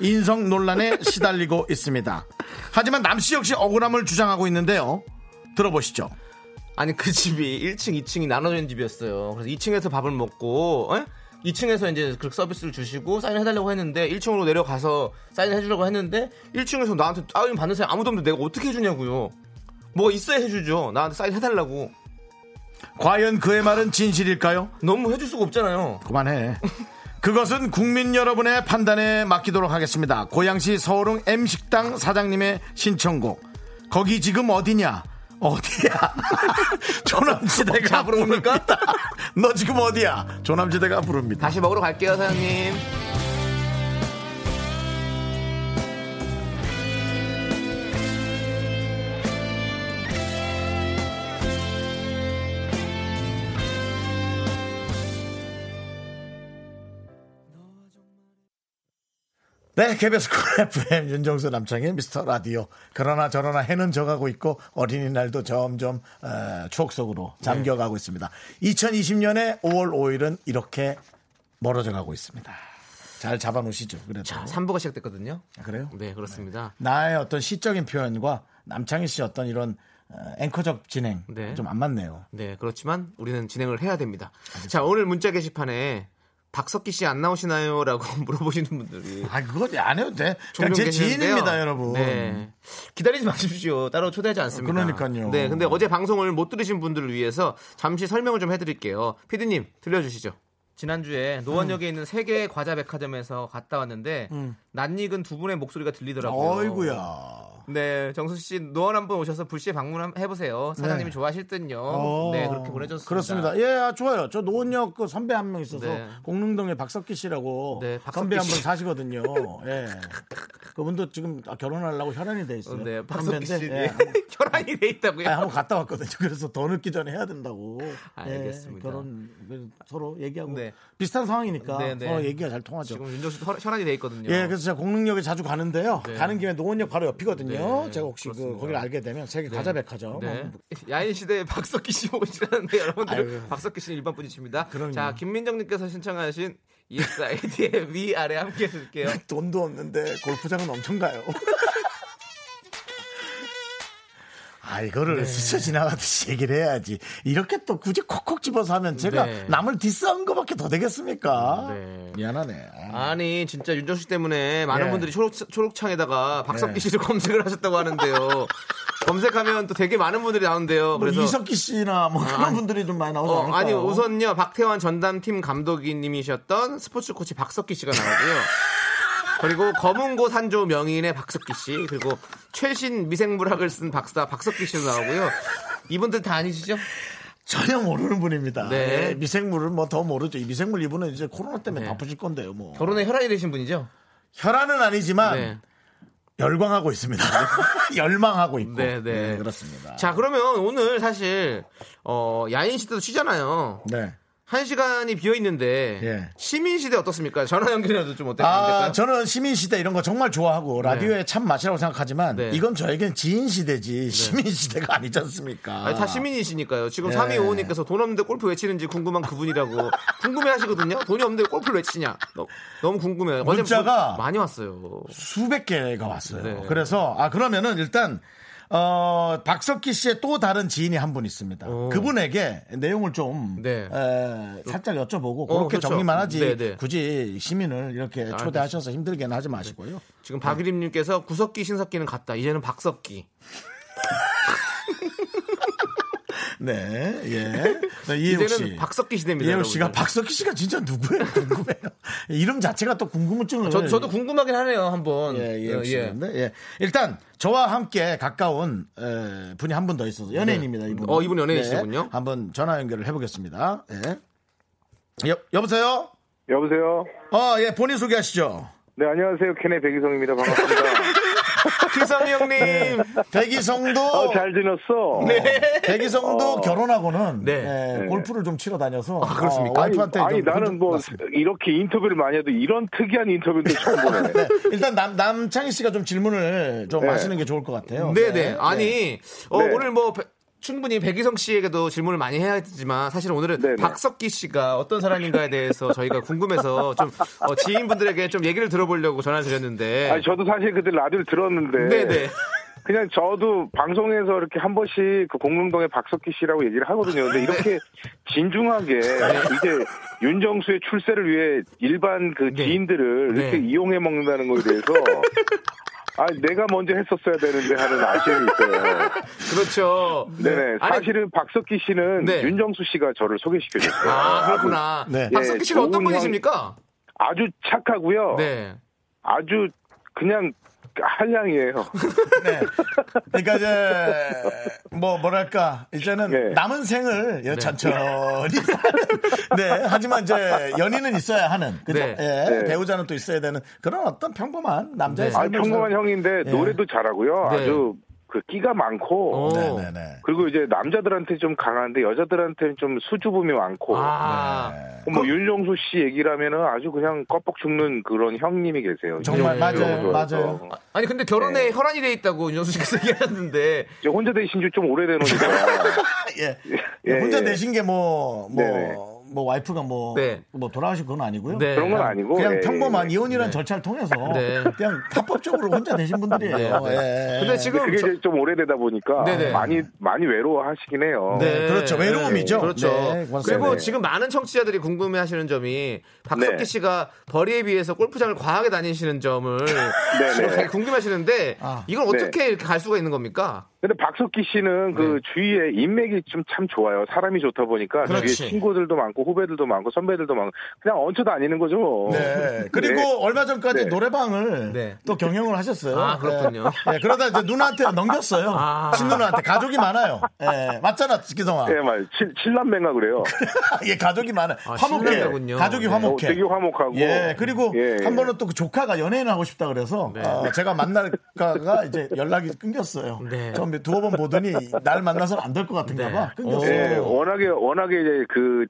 인성 논란에 시달리고 있습니다. 하지만 남씨 역시 억울함을 주장하고 있는데요. 들어보시죠.
아니 그 집이 1층, 2층이 나눠진 집이었어요. 그래서 2층에서 밥을 먹고 2층에서 이제 그 서비스를 주시고 사인을 해달라고 했는데 1층으로 내려가서 사인을 해주려고 했는데 1층에서 나한테 사인 받는 사람 아무도 없는데 내가 어떻게 해주냐고요. 뭐가 있어야 해주죠. 나한테 사인 해달라고.
과연 그의 말은 진실일까요?
너무 해줄 수가 없잖아요.
그만해. 그것은 국민 여러분의 판단에 맡기도록 하겠습니다. 고양시 서울흥 M식당 사장님의 신청곡. 거기 지금 어디냐? 어디야? [LAUGHS]
어,
조남지대가
자, 부릅니까?
부릅니다. [LAUGHS] 너 지금 어디야? 조남지대가 부릅니다.
다시 먹으러 갈게요, 사장님.
네, KBS 쿨 FM 윤정수 남창의 미스터 라디오. 그러나 저러나 해는 져가고 있고 어린이날도 점점 에, 추억 속으로
네.
잠겨가고 있습니다. 2020년에 5월 5일은 이렇게 멀어져가고 있습니다. 잘 잡아놓으시죠. 그래도.
자, 3부가 시작됐거든요.
아, 그래요?
네, 그렇습니다.
나의 어떤 시적인 표현과 남창희 씨 어떤 이런 어, 앵커적 진행
네.
좀 안 맞네요.
네, 그렇지만 우리는 진행을 해야 됩니다. 자, 오늘 문자 게시판에 박석기 씨 안 나오시나요? 라고 [LAUGHS] 물어보시는 분들이
아 그거 안 해도 돼. 그냥 제
종종
지인입니다,
계시는데요.
여러분.
네. 기다리지 마십시오. 따로 초대하지 않습니다.
그러니까요.
네, 근데 어제 방송을 못 들으신 분들을 위해서 잠시 설명을 좀 해드릴게요. 피디님, 들려주시죠. 지난주에 노원역에 있는 세개의 과자 백화점에서 갔다 왔는데
음.
낯익은 두 분의 목소리가 들리더라고요.
어이구야.
네, 정수 씨 노원 한번 오셔서 불시에 방문해 보세요. 사장님이
네.
좋아하실 듯요.
어.
네, 그렇게 보내줬습니다.
그렇습니다. 예, 아, 좋아요. 저 노원역 그 선배 한 명 있어서
네.
공릉동에 박석기 씨라고
네, 박석기
선배 한 분
씨.
사시거든요. 예. 그분도 지금 아, 결혼하려고 혈안이 돼
어,
있어요.
네, 박석기 씨
선배인데,
네.
예, 한번
[LAUGHS] 혈안이 돼 있다고요.
아니, 한번 갔다 왔거든요. 그래서 더 늦기 전에 해야 된다고.
알겠습니다.
예, 결혼 그, 서로 얘기하고
네.
비슷한 상황이니까
네, 네.
서로 얘기가 잘 통하죠.
지금 윤정수 씨 혈- 혈안이 돼 있거든요.
예, 그래서 제가 공릉역에 자주 가는데요.
네.
가는 김에 노원역 바로 옆이거든요.
네,
제가 혹시 그
그렇습니다.
거기를 알게 되면 세계 과자백화점
네.
한번
[LAUGHS] 야인 시대의 박석기 씨 오시라는데 [LAUGHS] 여러분들
아유.
박석기 씨는 일반 분이십니다.
그럼요.
자, 김민정님께서 신청하신 EXID의 [LAUGHS] 위아래 함께 해줄게요.
[LAUGHS] 돈도 없는데 골프장은 엄청 가요. [LAUGHS] 아 이거를
네.
스쳐 지나가듯이 얘기를 해야지 이렇게 또 굳이 콕콕 집어서 하면 제가
네.
남을 디스한 거밖에 더 되겠습니까?
네.
미안하네. 아,
아니 진짜 윤정수 씨 때문에 많은
네.
분들이 초록, 창에다가 박석기
네.
씨를 [LAUGHS] 검색을 하셨다고 하는데요. 검색하면 또 되게 많은 분들이 나오는데요.
뭐
그래서
이석기 씨나 뭐 그런 분들이 좀 많이 나오지
어,
않을까요?
아니 우선요 박태환 전담팀 감독님이셨던 스포츠 코치 박석기 씨가 나오고요. 그리고 검은고 산조 명인의 박석기 씨 그리고 최신 미생물학을 쓴 박사 박석기 씨도 나오고요. 이분들 다 아니시죠?
전혀 모르는 분입니다.
네.
예, 미생물을 뭐 더 모르죠. 이 미생물 이분은 이제 코로나 때문에
네.
바쁘실 건데요. 뭐
결혼에 혈안이 되신 분이죠?
혈안은 아니지만
네.
열광하고 있습니다. [LAUGHS] 열망하고 있고.
네, 네.
그렇습니다.
자, 그러면 오늘 사실 어, 야인 시대도 쉬잖아요.
네.
한 시간이 비어 있는데
예.
시민 시대 어떻습니까? 전화 연결이라도 좀 어때요? 안 될까요?
아, 저는 시민시대 이런 거 정말 좋아하고 라디오의 참 맛이라고 생각하지만
네.
이건 저에겐 지인시대지 시민시대가 아니지 않습니까?
아니, 다 시민이시니까요. 지금
네.
3255님께서 돈 없는데 골프 왜 치는지 궁금한 그분이라고 [LAUGHS] 궁금해 하시거든요. 돈이 없는데 골프를 왜 치냐. 너, 너무 궁금해요. 어제
문자가
뭐- 많이 왔어요.
수백 개가 왔어요.
네.
그래서 아 그러면은 일단 어 박석기 씨의 또 다른 지인이 한 분 있습니다.
오.
그분에게 내용을 좀
네.
에, 살짝 여쭤보고 그렇게
그렇죠.
정리만 하지
네, 아, 네.
굳이 시민을 이렇게 초대하셔서 힘들게는 하지 마시고요.
지금 박유림님께서 구석기 신석기는 갔다. 이제는 박석기.
네,
[LAUGHS]
예. 네, 이해욱
이제는
씨.
박석기 시대입니다.
이해욱 예, 씨가
여러분들.
박석기 씨가 진짜 누구예요? [LAUGHS] 궁금해요. 이름 자체가 또 궁금증을
저, 저도 궁금하긴 하네요. 한번.
예, 예,
어,
혹시 그런데, 예. 일단 저와 함께 가까운 에, 분이 한 분 더 있어서 연예인입니다.
네.
이분.
어, 이분 연예인이시군요.
한번 전화 연결을 해보겠습니다. 예. 여, 여보세요?
여보세요.
어, 예, 본인 소개하시죠.
네 안녕하세요 캔의 백이성입니다
[LAUGHS]
반갑습니다.
규성이 그
네.
형님.
백이성도
어, 잘 지냈어? 어.
백이성도 결혼하고는
네.
예, 골프를 좀 치러 다녀서
그렇습니까?
어,
아니,
와이프한테
아니
좀
나는 뭐
혼났습니다.
이렇게 인터뷰를 많이 해도 이런 특이한 인터뷰도 처음 보네.
[LAUGHS] 네, 일단 남 남창희 씨가 좀 질문을 좀 하시는 게 좋을 것 같아요.
네네. 아니, 어,
네.
오늘 뭐. 배- 충분히 백이성 씨에게도 질문을 많이 해야겠지만 사실 오늘은
네, 네.
박석기 씨가 어떤 사람인가에 대해서 저희가 궁금해서 좀 어, 지인분들에게 좀 얘기를 들어보려고 전화를 드렸는데
아니 저도 사실 그때 라디오를 들었는데
네네
그냥 저도 방송에서 이렇게 한 번씩 그 공릉동의 박석기 씨라고 얘기를 하거든요. 근데
네.
이렇게 진중하게 이제 윤정수의 출세를 위해 일반 그
네.
지인들을
네.
이렇게 이용해 먹는다는 거에 대해서 아 내가 먼저 했었어야 되는데 하는 아쉬움이 있어요.
그렇죠
네네.
아니,
사실은 박석기 씨는
네.
윤정수 씨가 저를 소개시켜줬어요.
아 그렇구나
네.
박석기 씨는
예,
어떤
좋은 어.
분이십니까
아주 착하고요.
네
아주 그냥 한량이에요.
네. 그러니까 이제 뭐 뭐랄까 이제는
네.
남은 생을 여- 천천히 사는. 네. 하지만 이제 연인은 있어야 하는. 그죠?
네.
예,
네.
배우자는 또 있어야 되는 그런 어떤 평범한 남자의
네.
아,
삶을
평범한 형인데
예.
노래도 잘하고요.
네. 어.
아주 그 끼가 많고.
오.
네, 네, 네.
그리고 이제 남자들한테 좀 강한데 여자들한테는 좀 수줍음이 많고.
아
네.
뭐 윤정수 씨 얘기라면은 아주 그냥 껍벅 죽는 그런 형님이 계세요. 어.
정말
네,
맞아요.
너무 좋아서.
맞아요.
아니 근데
네.
결혼에 혈안이 돼 있다고 윤정수 씨께서 [LAUGHS] 얘기하셨는데
이제 혼자 되신 지 좀 오래되니까.
[LAUGHS]
예.
예,
혼자
예.
내신 게 뭐 뭐
네, 네.
뭐 와이프가 뭐,
네.
뭐 돌아가신 건 아니고요.
네.
그런 건 아니고.
그냥
예,
평범한
예.
이혼이라는 절차를 통해서
네.
그냥 합법적으로 혼자 되신 분들이에요.
네.
예.
근데
근데
지금
그게
저-
이제 좀 오래되다 보니까
네네.
많이 많이 외로워하시긴 해요.
네, 그렇죠. 외로움이죠.
그렇죠.
네, 고맙습니다.
그리고
네.
지금 많은 청취자들이 궁금해하시는 점이 박석기
네.
씨가 벌이에 비해서 골프장을 과하게 다니시는
[LAUGHS]
점을 지금 되게 궁금해하시는데
네, 아.
이걸 어떻게 이렇게 갈 수가 있는 겁니까?
근데 박석기 씨는
네.
그 주위에 인맥이 좀 참 좋아요. 사람이 좋다 보니까
그렇지.
주위에 친구들도 많고 후배들도 많고 선배들도 많고 그냥 얹혀 다니는 거죠. 뭐. [LAUGHS]
네. 그리고
네.
얼마
네.
전까지 노래방을
네.
또 경영을 하셨어요.
아, 그렇군요.
네. 네, 그러다 이제 누나한테 넘겼어요.
아.
친누나한테 가족이 많아요. 예, 맞잖아, 기성아.
예, 말 칠남매가 그래요.
예, 가족이 많아.
아,
화목해.
친누나군요.
가족이
네.
어,
화목해.
되게 화목하고.
예, 그리고
예, 예.
한 번은 또 그 조카가 연예인 하고 싶다 그래서
네.
어, 제가 만날까가 이제 연락이 끊겼어요.
네.
처음에 두어 번 보더니 날 만나서는 안 될 것 같은가
네.
봐. 끊겼어요.
예, 워낙에 워낙에 이제 그.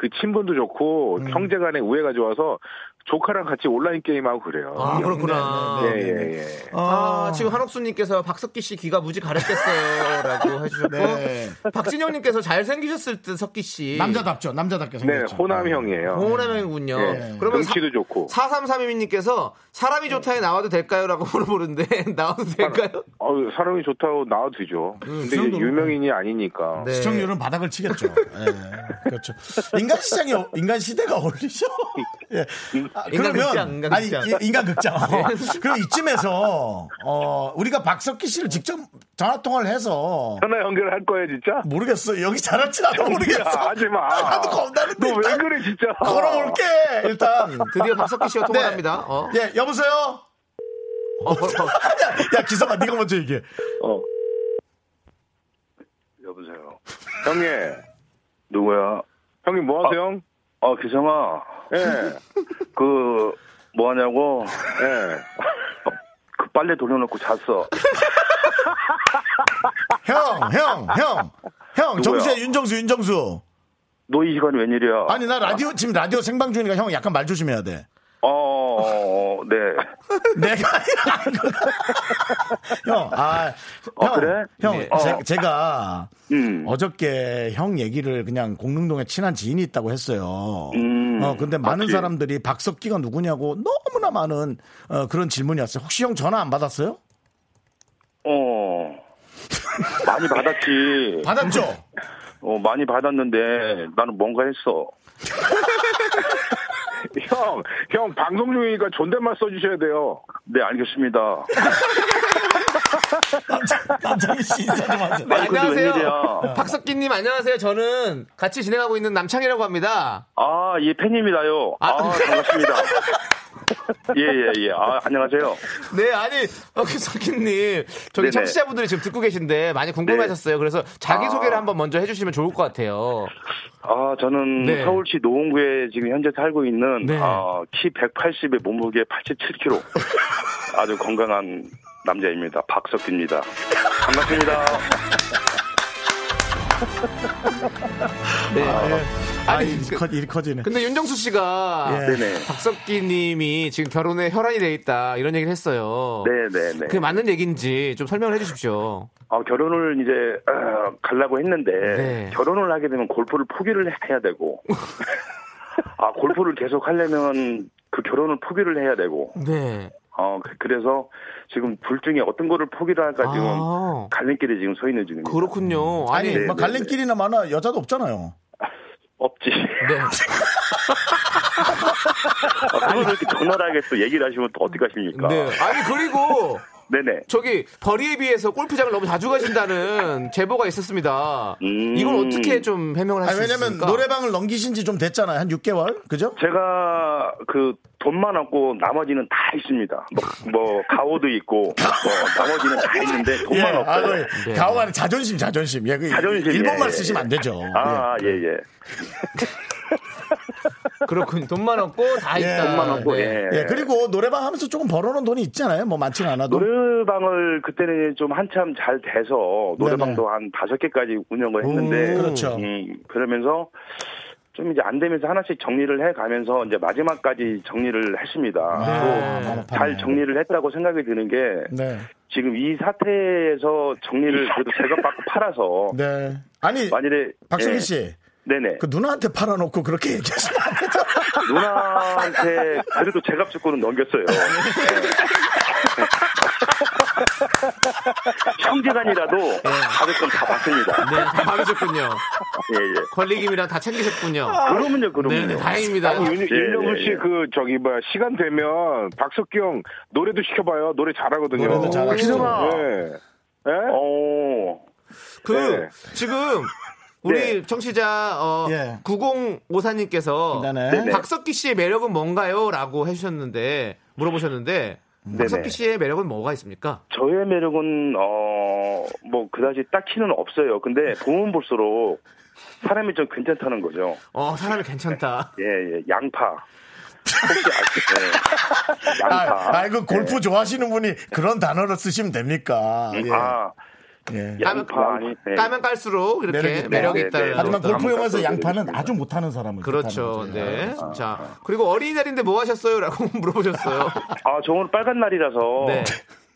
그 친분도 좋고
음.
형제간의 우애가 좋아서 조카랑 같이 온라인 게임하고 그래요.
아 그렇구나.
네,
예, 예, 예.
아, 지금 한옥수님께서 박석기 씨 귀가 무지
[LAUGHS]
가렸겠어요라고 해주셨고
네.
박진영님께서 잘 생기셨을 듯 석기 씨
남자답죠.
네,
남자답게 생겼죠. 아,
호남 형이에요.
호남형이군요.
네.
예.
그러면
눈치도 좋고.
4332님께서 사람이 좋다에 나와도 될까요라고 물어보는데 [LAUGHS] 나와도 될까요?
어, 사람이 좋다고 나와도 되죠. 근데
그
이제
정도면.
유명인이 아니니까.
네.
시청률은 바닥을 치겠죠. 예, 그렇죠. 인간 시장이 어- 인간 시대가 어울리죠. 예. 아,
인간 극장, 인간
아니
극장. 네.
이- 인간 극장. 그럼 이쯤에서 어, 우리가 박석기 씨를 직접 전화 통화를 해서
전화 연결할 거예요, 진짜?
모르겠어. 여기 잘할지 나도 모르겠어.
야, 하지 마.
아, 나도 겁나는데.
너 왜
일단
그래, 진짜?
걸어볼게. 일단.
드디어 박석기 씨와
네.
통화합니다. 어.
예, 여보세요.
어, 어, 어.
야, 야 기성아, 네가 먼저 얘기해.
어. 여보세요. 형님. 누구야? 형님, 뭐 하세요?
아, 기성아,
예.
아, 그, 뭐 하냐고? 예. 그 빨래 돌려놓고 잤어.
형, 형, 형, 형,
누구야?
정수야, 윤정수, 윤정수.
너 이 시간 웬일이야?
아니, 나 라디오, 지금 라디오 생방 중이니까 형 약간 말 조심해야 돼.
어, 어, 어, 네.
내가 [LAUGHS] 형, 아,
어,
형,
그래?
형,
네.
어.
제, 가
음.
어저께 형 얘기를 그냥 공릉동에 친한 지인이 있다고 했어요.
음.
어, 근데 많은
맞지.
사람들이 박석기가 누구냐고 너무나 많은 어, 그런 질문이었어요. 혹시 형 전화 안 받았어요?
어. 많이 [LAUGHS] 받았지.
받았죠.
어, 많이 받았는데 나는 뭔가 [LAUGHS] 했어. 형, 형 방송 중이니까 존댓말 써주셔야 돼요. 네, 알겠습니다.
남창희 씨 인사 좀 하세요.
네,
아니, 근데
안녕하세요.
웬일이야.
[LAUGHS] 박석기님 안녕하세요. 저는 같이 진행하고 있는 남창이라고 합니다.
아, 예, 팬입니다요. 아,
아.
[LAUGHS] 반갑습니다. 예, 예, 예. 아, 안녕하세요.
네, 아니 [LAUGHS] 어, 그 석기님 저기
네네. 네.
청취자분들이 지금 듣고 계신데 많이 궁금하셨어요. 그래서 자기 소개를 한번 먼저 해주시면 좋을 것 같아요.
아, 저는
네.
서울시 노원구에 지금 현재 살고 있는
네.
아, 키 180에 몸무게 87kg. 아주 건강한 남자입니다. 박석기입니다. 반갑습니다.
네.
아,
아니,
일
그-
커, 일 커지네.
근데 윤정수 씨가
예.
아, 네네.
박석기님이 지금 결혼에 혈안이 돼 있다 이런 얘기를 했어요.
네네네.
그게 맞는 얘기인지 좀 설명을 해주십시오.
아, 결혼을 이제 어, 가려고 했는데
네.
결혼을 하게 되면 골프를 포기를 해야
[LAUGHS]
되고 아 골프를 계속 하려면 그 결혼을 포기를 해야 되고
네.
어 그- 그래서 지금 둘 중에 어떤 거를 포기를 할까 지금
아,
갈림길에 지금 서 있는 중입니다.
그렇군요. 아니,
아니, 뭐
네,
갈림길이나 많아 여자도 없잖아요.
없지.
네.
[LAUGHS] 아, 그걸 이렇게 적나라하게 또 얘기를 하시면 또 어떻게 하십니까?
네. 아니 그리고
네네.
저기 벌이에 비해서 골프장을 너무 자주 가신다는 제보가 있었습니다.
음.
이걸 어떻게 좀 해명을
아니,
할수 있을까?
왜냐면 노래방을 넘기신 지 좀 됐잖아요. 한 6개월? 그죠?
제가 그 돈만 없고 나머지는 다 있습니다. 뭐, 뭐 가오도 있고 뭐 나머지는 다 있는데 돈만
아,
없어요.
네.
그 가오가는 자존심, 자존심. 예, 그
자존심,
일본말
예, 예,
쓰시면 안 되죠.
아, 예, 예.
그렇군. 돈만 없고 다 있다.
돈만 없고,
네.
예.
예, 그리고 노래방 하면서 조금 벌어놓은 돈이 있잖아요. 뭐 많지는 않아도.
노래방을 그때는 좀 한참 잘 돼서 노래방도 한 다섯 개까지 운영을 했는데
오, 그렇죠.
음, 그러면서 좀 이제 안 되면서 하나씩 정리를 해 가면서 이제 마지막까지 정리를 했습니다.
아,
네.
마음 아팠네.
잘 정리를 했다고 생각이 드는 게
네.
지금 이 사태에서 정리를 그래도 제가
[LAUGHS]
받고 팔아서
네. 아니,
만일에
박승희
어. 예,
씨.
네네
그 누나한테 팔아놓고 그렇게 얘기하시면 안 되죠. [LAUGHS]
누나한테 그래도 제 값주고는 넘겼어요.
네.
예. 형제간이라도 받을 건 다 받습니다.
네, 다 받으셨군요.
예, 예.
권리금이랑 다 챙기셨군요.
그러면요,
네,
그러면요.
네, 다행입니다.
아니, 윤,
예,
윤정수
네,
예, 예.
씨, 그, 저기, 뭐야, 시간 되면 박석기 형 노래도 시켜봐요. 노래 잘하거든요.
노래도 잘하고.
박진영아.
예. 예?
어,
그
네.
지금 우리
네.
청취자 어,
예.
9054님께서
네네.
네네.
박석기 씨의 매력은 뭔가요?라고 해주셨는데 물어보셨는데 박석기 씨의 매력은 뭐가 있습니까?
저의 매력은, 어, 뭐, 그다지 딱히는 없어요. 근데 보면 볼수록 사람이 좀 괜찮다는 거죠.
어 사람이 괜찮다.
예, 예. 양파. 혹시 아시, 예. 양파.
아, 이거 골프 좋아하시는 분이 그런 단어를 쓰시면 됩니까? 예.
아,
예.
양파 아니. 예.
뭐, 까면 깔수록 이렇게
매력이
매력이,
있다.
네,
있다.
네.
하지만
그렇다.
골프용에서
그렇다.
양파는 아주 못하는 사람을.
그렇죠.
뜻하는 거죠.
예.
네.
아,
자 그리고 어린이날인데 뭐 하셨어요?라고 [LAUGHS] 물어보셨어요.
아, 저 오늘 빨간 날이라서.
네.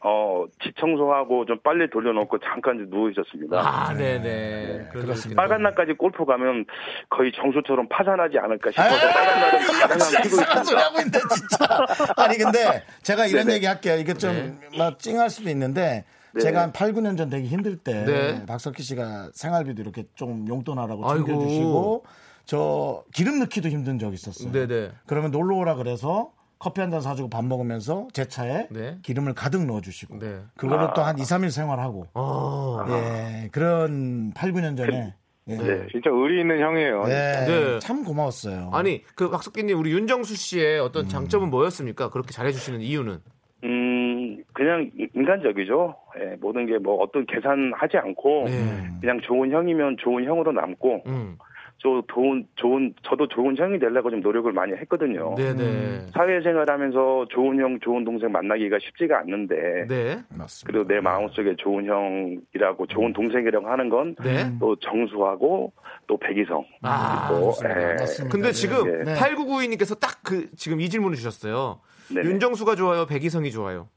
어, 집 청소하고 좀 빨리 돌려놓고 잠깐 좀 누워 있었습니다.
아 네네 그렇습니다.
네. 빨간 날까지 골프 가면 거의 정수처럼 파산하지 않을까 싶어서
아,
빨간
[LAUGHS]
날은 가장
진짜
피고
이상한 소리
있습니다.
하고 있는데 진짜. 아니 근데 제가 이런
네네.
얘기 할게요. 이게 좀
네.
막 찡할 수도 있는데 제가 한 8, 9년 전 되게 힘들 때
네.
박석희 씨가 생활비도 이렇게 좀 용돈하라고
아이고.
챙겨주시고 저 기름 넣기도 힘든 적 있었어요.
네네.
그러면 놀러 오라 그래서 커피 한 잔 사주고 밥 먹으면서 제 차에
네.
기름을 가득 넣어주시고
네.
그거를 또 한 2, 3일 생활하고
아,
어.
예, 그런 8, 9년 전에 예.
네.
진짜 의리 있는 형이에요.
예,
네.
참 고마웠어요.
아니 그 박석기님 우리 윤정수 씨의 어떤 장점은 뭐였습니까? 그렇게 잘해주시는 이유는
음, 그냥 인간적이죠. 예, 모든 게 뭐 어떤 계산하지 않고
네.
그냥 좋은 형이면 좋은 형으로 남고
음.
저 좋은 좋은 저도 좋은 형이 되려고 좀 노력을 많이 했거든요.
네네.
음. 사회생활하면서 좋은 형, 좋은 동생 만나기가 쉽지가 않는데
네.
맞습니다.
그래도 내 마음속에 좋은 형이라고 좋은 동생이라고 하는 건
음. 네.
또 정수하고 또 백이성
아,
또
좋습니다. 맞습니다.
근데 지금
네.
8992님께서 딱 그 지금 이 질문을 주셨어요.
네네.
윤정수가 좋아요, 백이성이 좋아요.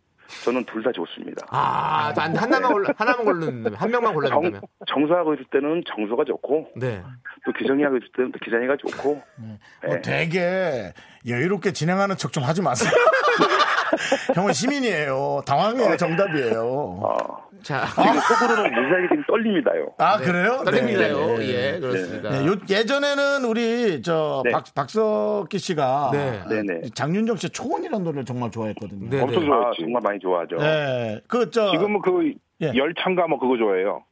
저는 둘 다 좋습니다.
아, 안- 하나만 골라, 하나만 골랐는데 한 명만 골랐다면.
정, 수하고 있을 때는 정수가 좋고
네.
또 기성이하고 있을 때는 또 기성이가 좋고
음.
뭐 되게 여유롭게 진행하는 척 좀 하지 마세요. [LAUGHS] 형은 시민이에요. 당황해요. 정답이에요.
어,
자,
지금 속으로는 무지하게 지금 떨립니다요.
아 그래요?
떨립니다요.
아, 네.
예, 그렇습니다.
네, 요- 예전에는 우리 저
네.
박, 박석기 씨가
네.
네네.
장윤정 씨의 초원이라는 노래를 정말 좋아했거든요.
네,
엄청
네.
좋아 정말 많이 좋아하죠.
네, 그저
지금은 그
예.
열창가 뭐 그거 좋아해요.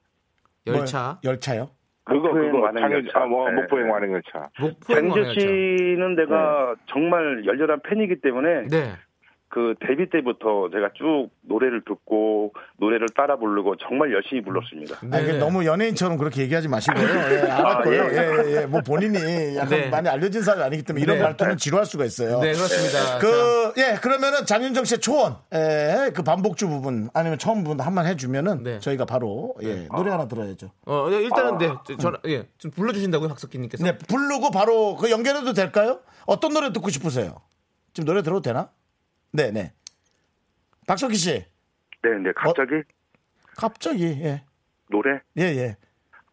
그 열차.
뭐, 열차요?
그거
목포행
그거
완행
장애
열차.
아, 뭐,
네.
목포행 완행 열차.
목포행
장재
왕열차.
씨는 네. 내가 정말 열렬한 팬이기 때문에
네.
그 데뷔 때부터 제가 쭉 노래를 듣고 노래를 따라 부르고 정말 열심히 불렀습니다.
아, 이게
네.
너무 연예인처럼 그렇게 얘기하지 마시고요. 예, 알았고요.
아,
예. 예, 뭐 본인이 약간
네.
많이 알려진 사람이 아니기 때문에 이런
네.
말투는 지루할 수가 있어요.
네, 그렇습니다. 자,
그, 예, 그러면은 장윤정 씨의 초원, 예, 그 반복주 부분, 아니면 처음 부분 한번 해주면은
네.
저희가 바로, 예, 노래 하나 들어야죠.
어, 네, 일단은 네. 저- 전 예. 좀 불러 주신다고요, 박석기 님께서.
아. 네, 부르고 바로 그 연결해도 될까요? 어떤 노래 듣고 싶으세요? 지금 노래 들어도 되나? 네, 네. 박석희 씨,
네, 근데 갑자기
갑자기, 예,
노래
예, 예.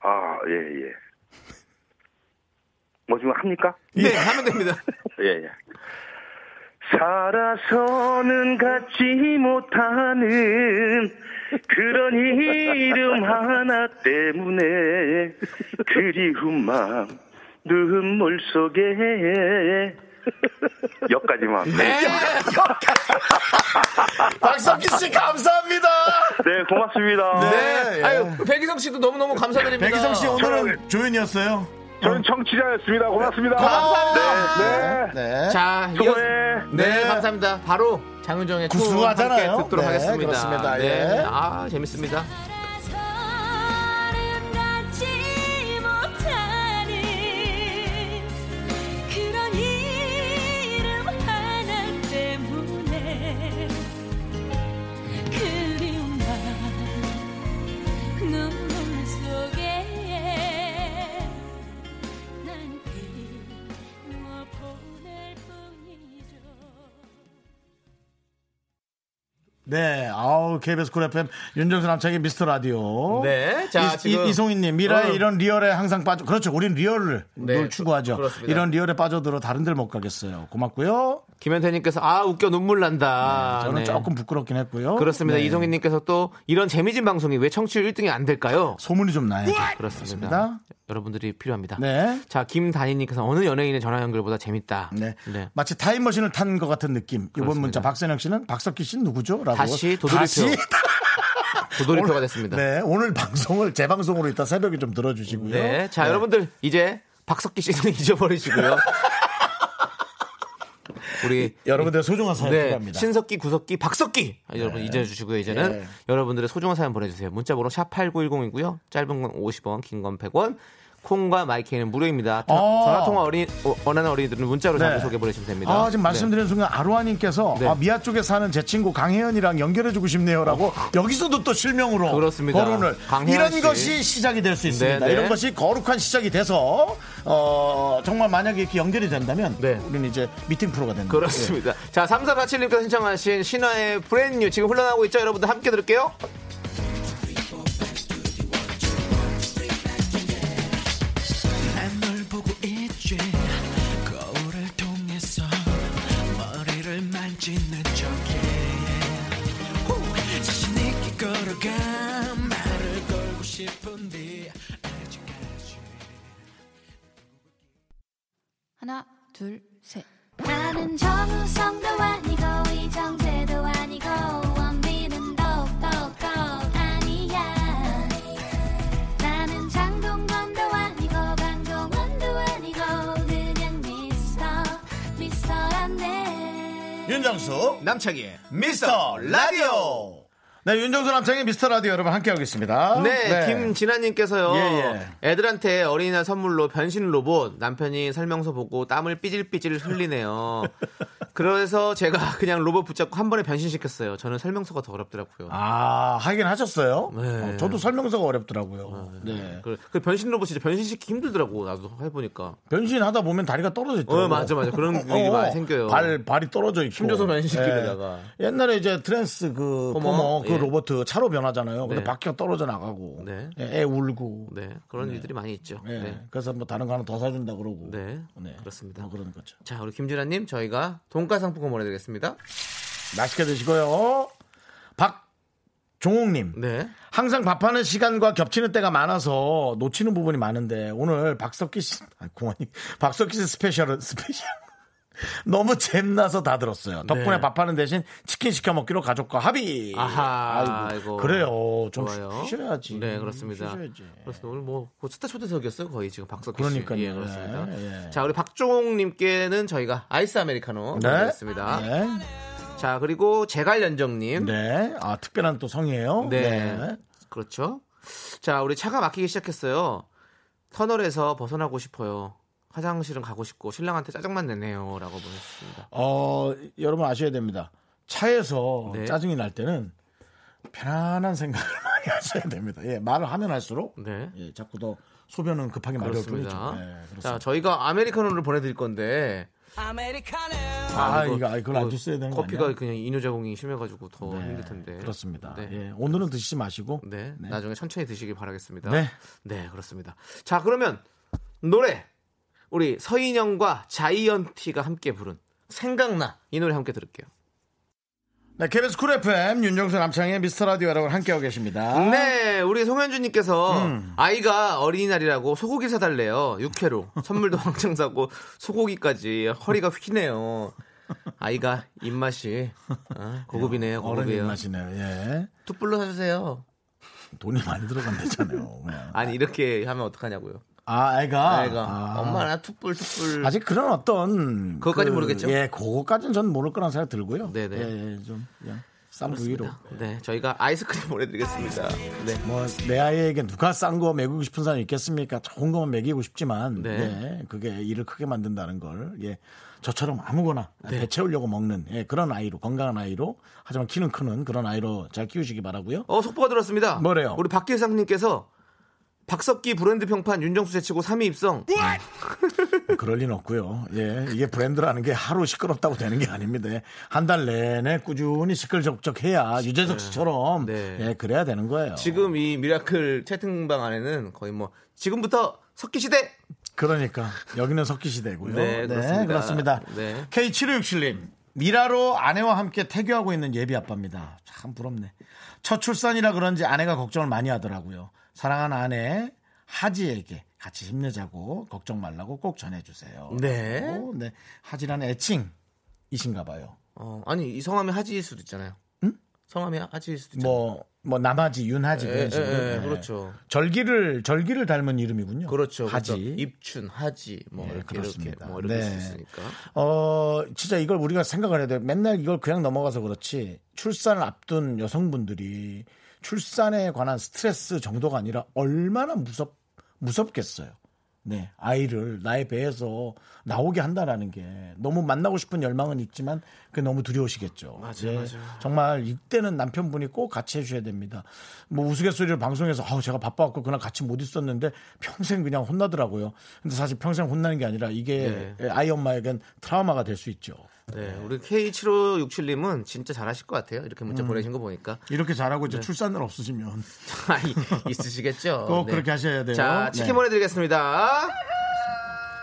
아, 예, 예. 뭐 지금 합니까?
네, 하면 됩니다.
[LAUGHS] 예, 예. 살아서는 갖지 못하는 그런 이름 하나 때문에 그리운 마음 눈물
[LAUGHS]
속에 여기까지만 네,
박석희
[LAUGHS]
씨, 감사합니다!
네 고맙습니다
네, 예.
아유, 백이성 씨도 너무너무 감사드립니다.
백희성 씨 오늘은 조연이었어요.
저는 청취자였습니다. 고맙습니다.
감사합니다. 네. 네.
자, 이어
수고해
네,
네.
감사합니다. 바로 장윤정의 투
구수하잖아요.
함께 듣도록
네,
하겠습니다.
그렇습니다.
네.
예.
아, 재밌습니다.
살아서 아름답지 못하는 그런 이름 하나 때문에 그리운 맘 눈물 속에 난 그리워 보낼 뿐이죠
네, 아우 KBS 쿨 FM 윤정수 남창의 미스터 라디오.
네, 자,
이,
지금-
송이님 미라에
어.
이런 리얼에 항상 빠져. 그렇죠, 우린 리얼을
네,
늘 추구하죠.
그렇습니다.
이런 리얼에 빠져들어 다른 데를 못 가겠어요. 고맙고요.
김현태님께서 아 웃겨 눈물 난다.
저는
네.
조금 부끄럽긴 했고요.
그렇습니다.
네.
이성희님께서 또 이런 재미진 방송이 왜 청취율 1등이 안 될까요?
소문이 좀 나요.
그렇습니다.
그렇습니다.
여러분들이 필요합니다.
네.
자 김단희님께서 어느 연예인의 전화 연결보다 재밌다.
네.
네.
마치 타임머신을 탄 것 같은 느낌. 이번
그렇습니다.
문자 박선영 씨는 박석기 씨는 누구죠? 라고.
다시 도돌이표.
다시
도돌이표가 됐습니다. 네.
네, 오늘 방송을 재방송으로 이따 새벽에 좀 들어주시고요.
네.
네.
자 여러분들 이제 박석기 씨는 [LAUGHS] 잊어버리시고요. 우리
여러분들의 소중한 사연
네,
필요합니다.
신석기, 구석기, 박석기 아, 여러분 잊어주시고요. 이제는
네.
여러분들의 소중한 사연 보내주세요. 문자번호 샵 #8910이고요. 짧은 건 50원, 긴 건 100원. 콩과 마이크는 무료입니다. 타-
어.
전화 통화 어린 어, 원하는 어린이들은 문자로
네.
자기 소개 보내주시면 됩니다.
아, 지금
네.
말씀드린 순간 아로하님께서
네.
아, 미아 쪽에 사는 제 친구 강혜연이랑 연결해주고 싶네요라고 여기서도 또 실명으로
어. 그렇습니다.
거론을
강혜연
이런
씨.
것이 시작이 될 수 있습니다.
네, 네.
이런 것이 거룩한 시작이 돼서 어, 정말 만약에 이렇게 연결이 된다면
네.
우리는 이제 미팅 프로가 된다.
그렇습니다.
네.
자, 3447님께서 신청하신 신화의 브랜뉴 지금 흘러나오고 있죠? 여러분들 함께 들을게요.
난 널 보고 있지 거울을 통해서 머리를 만지는 척해 후! 자신 있게 걸어가 말을 걸고 싶은데 아직까지
하나, 둘, 셋. 나는 정우성도 아니고 이정재도 아니고 원빈은 더욱더 아니야 나는 장동건도 아니고 강동원도 아니고 그냥 미스터 미스터란데
예. 윤정수
남창희의
미스터 라디오 네, 윤정수 남창의 미스터 라디오 여러분 함께하고 있습니다.
네, 김진아님께서요.
어? 예,
애들한테 어린이날 선물로 변신 로봇 남편이 설명서 보고 땀을 삐질삐질
[LAUGHS]
흘리네요. 그래서 제가 그냥 로봇 붙잡고 한 번에 변신시켰어요. 저는 설명서가 더 어렵더라고요.
아, 하긴 하셨어요?
네.
어, 저도 설명서가 어렵더라고요. 네.
그, 그 변신 로봇 진짜 변신시키기 힘들더라고 나도 해보니까.
변신하다 보면 다리가 [LAUGHS] 떨어졌죠.
어, 맞아, 맞아. 그런 일이 많이 생겨요.
발, 발이 떨어져 있고.
힘줘서 변신시키려다가.
예. 옛날에 이제 트랜스 그,
어머,
어머, 그
예.
로버트 차로 변하잖아요. 근데
네.
바퀴가 떨어져 나가고.
네.
예, 애 울고.
네, 그런 일들이 많이 있죠.
예.
네.
그래서 뭐 다른 거 하나 더 사준다 그러고.
네,
네.
그렇습니다.
뭐 그런 거죠.
자, 우리 김진아님 저희가 돈가 상품권 보내드리겠습니다.
맛있게 드시고요. 박종욱님.
네.
항상 밥하는 시간과 겹치는 때가 많아서 놓치는 부분이 많은데 오늘 박석기 씨, 아, 공원이 박석기 씨 스페셜은 스페셜. [LAUGHS] 너무 잼나서 다 들었어요. 덕분에
네.
밥하는 대신 치킨 시켜 먹기로 가족과 합의.
아하, 아이고.
그래요. 좀
좋아요.
쉬- 쉬셔야지.
네, 그렇습니다.
쉬셔야지.
그래서 오늘 뭐 스타 초대석이었어요 거의 지금 박석기 씨.
그러니까요.
예, 그렇습니다.
네, 예.
자, 우리 박종욱님께는 저희가 아이스 아메리카노
네.
드리겠습니다.
네.
자, 그리고 재갈연정님.
네. 아, 특별한 또 성이에요.
네. 그렇죠. 자, 우리 차가 막히기 시작했어요. 터널에서 벗어나고 싶어요. 화장실은 가고 싶고 신랑한테 짜증만 내네요. 라고 보냈습니다.
어, 여러분 아셔야 됩니다. 차에서
네.
짜증이 날 때는 편안한 생각을 [LAUGHS] 많이 하셔야 됩니다. 예, 말을 하면 할수록
네.
예, 자꾸 더 소변은 급하게 마려울 뿐이죠.
그렇습니다.
예, 그렇습니다.
자, 저희가 아메리카노를 보내드릴 건데
아,
이거- 뭐
이거, 아, 이걸 안 줬어야 되는 거
커피가
아니야?
그냥 인후 자궁이 심해가지고 더
네,
힘들 텐데.
그렇습니다.
네.
예, 오늘은 드시지 마시고
네, 나중에 천천히 드시길 바라겠습니다.
네.
네, 그렇습니다. 자, 그러면 노래 우리 서인영과 자이언티가 함께 부른 생각나 이 노래 함께 들을게요.
네, KBS 쿨 FM 윤정수 남창의 미스터 라디오 여러분 함께하고 계십니다.
네, 우리 송현주님께서
음.
아이가 어린이날이라고 소고기 사달래요. 육회로 선물도 [LAUGHS] 왕창 사고 소고기까지 허리가 휘네요. 아이가 입맛이 어, 고급이네요.
어른
고급이에요.
입맛이네요. 예.
툭불로 사주세요.
돈이 많이 들어간다잖아요. 그냥.
아니 이렇게 하면 어떡하냐고요.
아, 애가.
아이가
아.
엄마 나 툭불 툭불.
아직 그런 어떤
음. 그것까지 모르겠죠?
예, 그거까지는 전 모를 거란 생각 들고요.
네네.
예, 예, 좀 그냥 싼 부위로.
네, 저희가 아이스크림 [LAUGHS] 보내드리겠습니다. 네.
뭐 내 아이에게 누가 싼 거 먹이고 싶은 사람이 있겠습니까? 좋은 거만 먹이고 싶지만
네.
예, 그게 일을 크게 만든다는 걸 예, 저처럼 아무거나
네.
배채우려고 먹는 예, 그런 아이로 건강한 아이로 하지만 키는 크는 그런 아이로 잘 키우시기 바라고요.
어, 속보가 들었습니다.
뭐래요?
우리 박길상님께서 박석기 브랜드 평판 윤정수 제치고 3위 입성.
뭐 그럴 리는 없고요. 예, 이게 브랜드라는 게 하루 시끄럽다고 되는 게 아닙니다. 예, 한 달 내내 꾸준히 시끌적적해야 유재석 씨처럼
네.
예, 그래야 되는 거예요.
지금 이 미라클 채팅방 안에는 거의 뭐 지금부터 석기 시대.
그러니까 여기는 석기 시대고요.
네, 그렇습니다.
그렇습니다.
네.
K7667님 미라로 아내와 함께 태교하고 있는 예비 아빠입니다. 참 부럽네. 첫 출산이라 그런지 아내가 걱정을 많이 하더라고요. 사랑하는 아내 하지에게 같이 힘내자고 걱정 말라고 꼭 전해주세요.
네.
오, 네. 하지라는 애칭이신가 봐요.
어, 아니 이 성함이 하지일 수도 있잖아요. 성함이 하지일 수도 있잖아요.
뭐, 뭐 남하지, 윤하지
예,
그런 식으로.
예, 예,
네.
그렇죠.
절기를 절기를 닮은 이름이군요.
그렇죠.
하지.
그래서 입춘, 하지, 뭐
예,
이렇게
그렇습니다.
이렇게 뭐 이렇게
네.
수 있으니까.
어, 진짜 이걸 우리가 생각을 해야 돼. 맨날 이걸 그냥 넘어가서 그렇지. 출산을 앞둔 여성분들이 출산에 관한 스트레스 정도가 아니라 얼마나 무섭, 무섭겠어요. 네. 아이를 나의 배에서 나오게 한다라는 게 너무 만나고 싶은 열망은 있지만 그게 너무 두려우시겠죠. 맞아요. 정말 이때는 남편분이 꼭 같이 해주셔야 됩니다. 뭐 우스갯소리를 방송에서 아우 제가 바빠갖고 그날 같이 못 있었는데 평생 그냥 혼나더라고요. 근데 사실 평생 혼나는 게 아니라 이게 아이 엄마에겐 트라우마가 될 수 있죠.
네, 우리 K7567님은 진짜 잘하실 것 같아요. 이렇게
음.
문자 보내신 거 보니까.
이렇게 잘하고 이제 출산을 없으시면
[LAUGHS] 아이, 있으시겠죠. 네.
꼭 그렇게 하셔야 돼요.
자, 치킨
네.
보내드리겠습니다.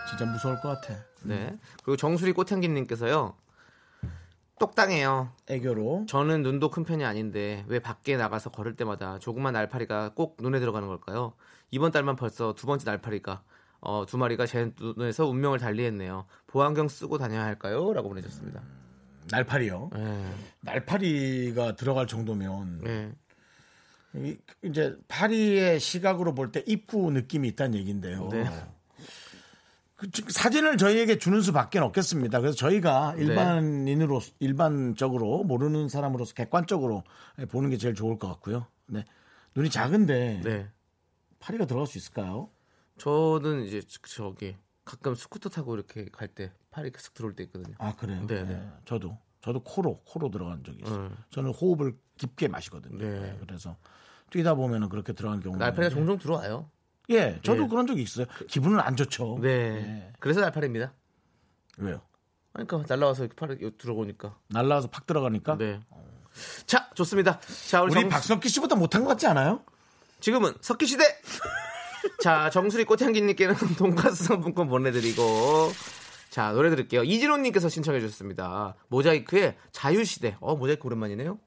진짜 무서울 것 같아.
네. 그리고 정수리 꽃향기님께서요. 똑당해요.
애교로.
저는 눈도 큰 편이 아닌데 왜 밖에 나가서 걸을 때마다 조그만 날파리가 꼭 눈에 들어가는 걸까요? 이번 달만 벌써 두 번째 날파리가 어, 두 마리가 제 눈에서 운명을 달리했네요. 보안경 쓰고 다녀야 할까요? 라고 보내셨습니다.
날파리요.
네.
날파리가 들어갈 정도면
네.
이- 이제 파리의 시각으로 볼 때 입구 느낌이 있다는 얘기인데요.
네.
그 주- 사진을 저희에게 주는 수밖에 없겠습니다. 그래서 저희가
네.
일반인으로 일반적으로 모르는 사람으로서 객관적으로 보는 게 제일 좋을 것 같고요. 네. 눈이 작은데
네.
파리가 들어갈 수 있을까요?
저는 이제 저- 저기 가끔 스쿠터 타고 이렇게 갈 때 팔이 계속 들어올 때 있거든요.
아 그래요.
네, 네.
저도 저도 코로 코로 들어간 적이 있어요.
네.
저는 호흡을 깊게 마시거든요.
네.
네, 그래서 뛰다 보면은 그렇게 들어간 경우가
날파리가
있는데.
종종 들어와요.
예, 저도
예.
그런 적이 있어요. 기분은 안 좋죠. 예.
네. 그래서 날파리입니다.
왜요?
그러니까 날라와서 이렇게 팔이 여기 들어오니까.
날라와서 팍 들어가니까
네. 자, 좋습니다. 자, 우리,
우리
정-
박석기 씨보다 못한 것 같지 않아요?
지금은 석기
[LAUGHS]
시대. 자, 정수리 꽃향기님께는 [LAUGHS] 돈가스 상품권 보내드리고. 자, 노래 들을게요. 이진호님께서 신청해 주셨습니다. 모자이크의 자유시대. 어, 모자이크 오랜만이네요.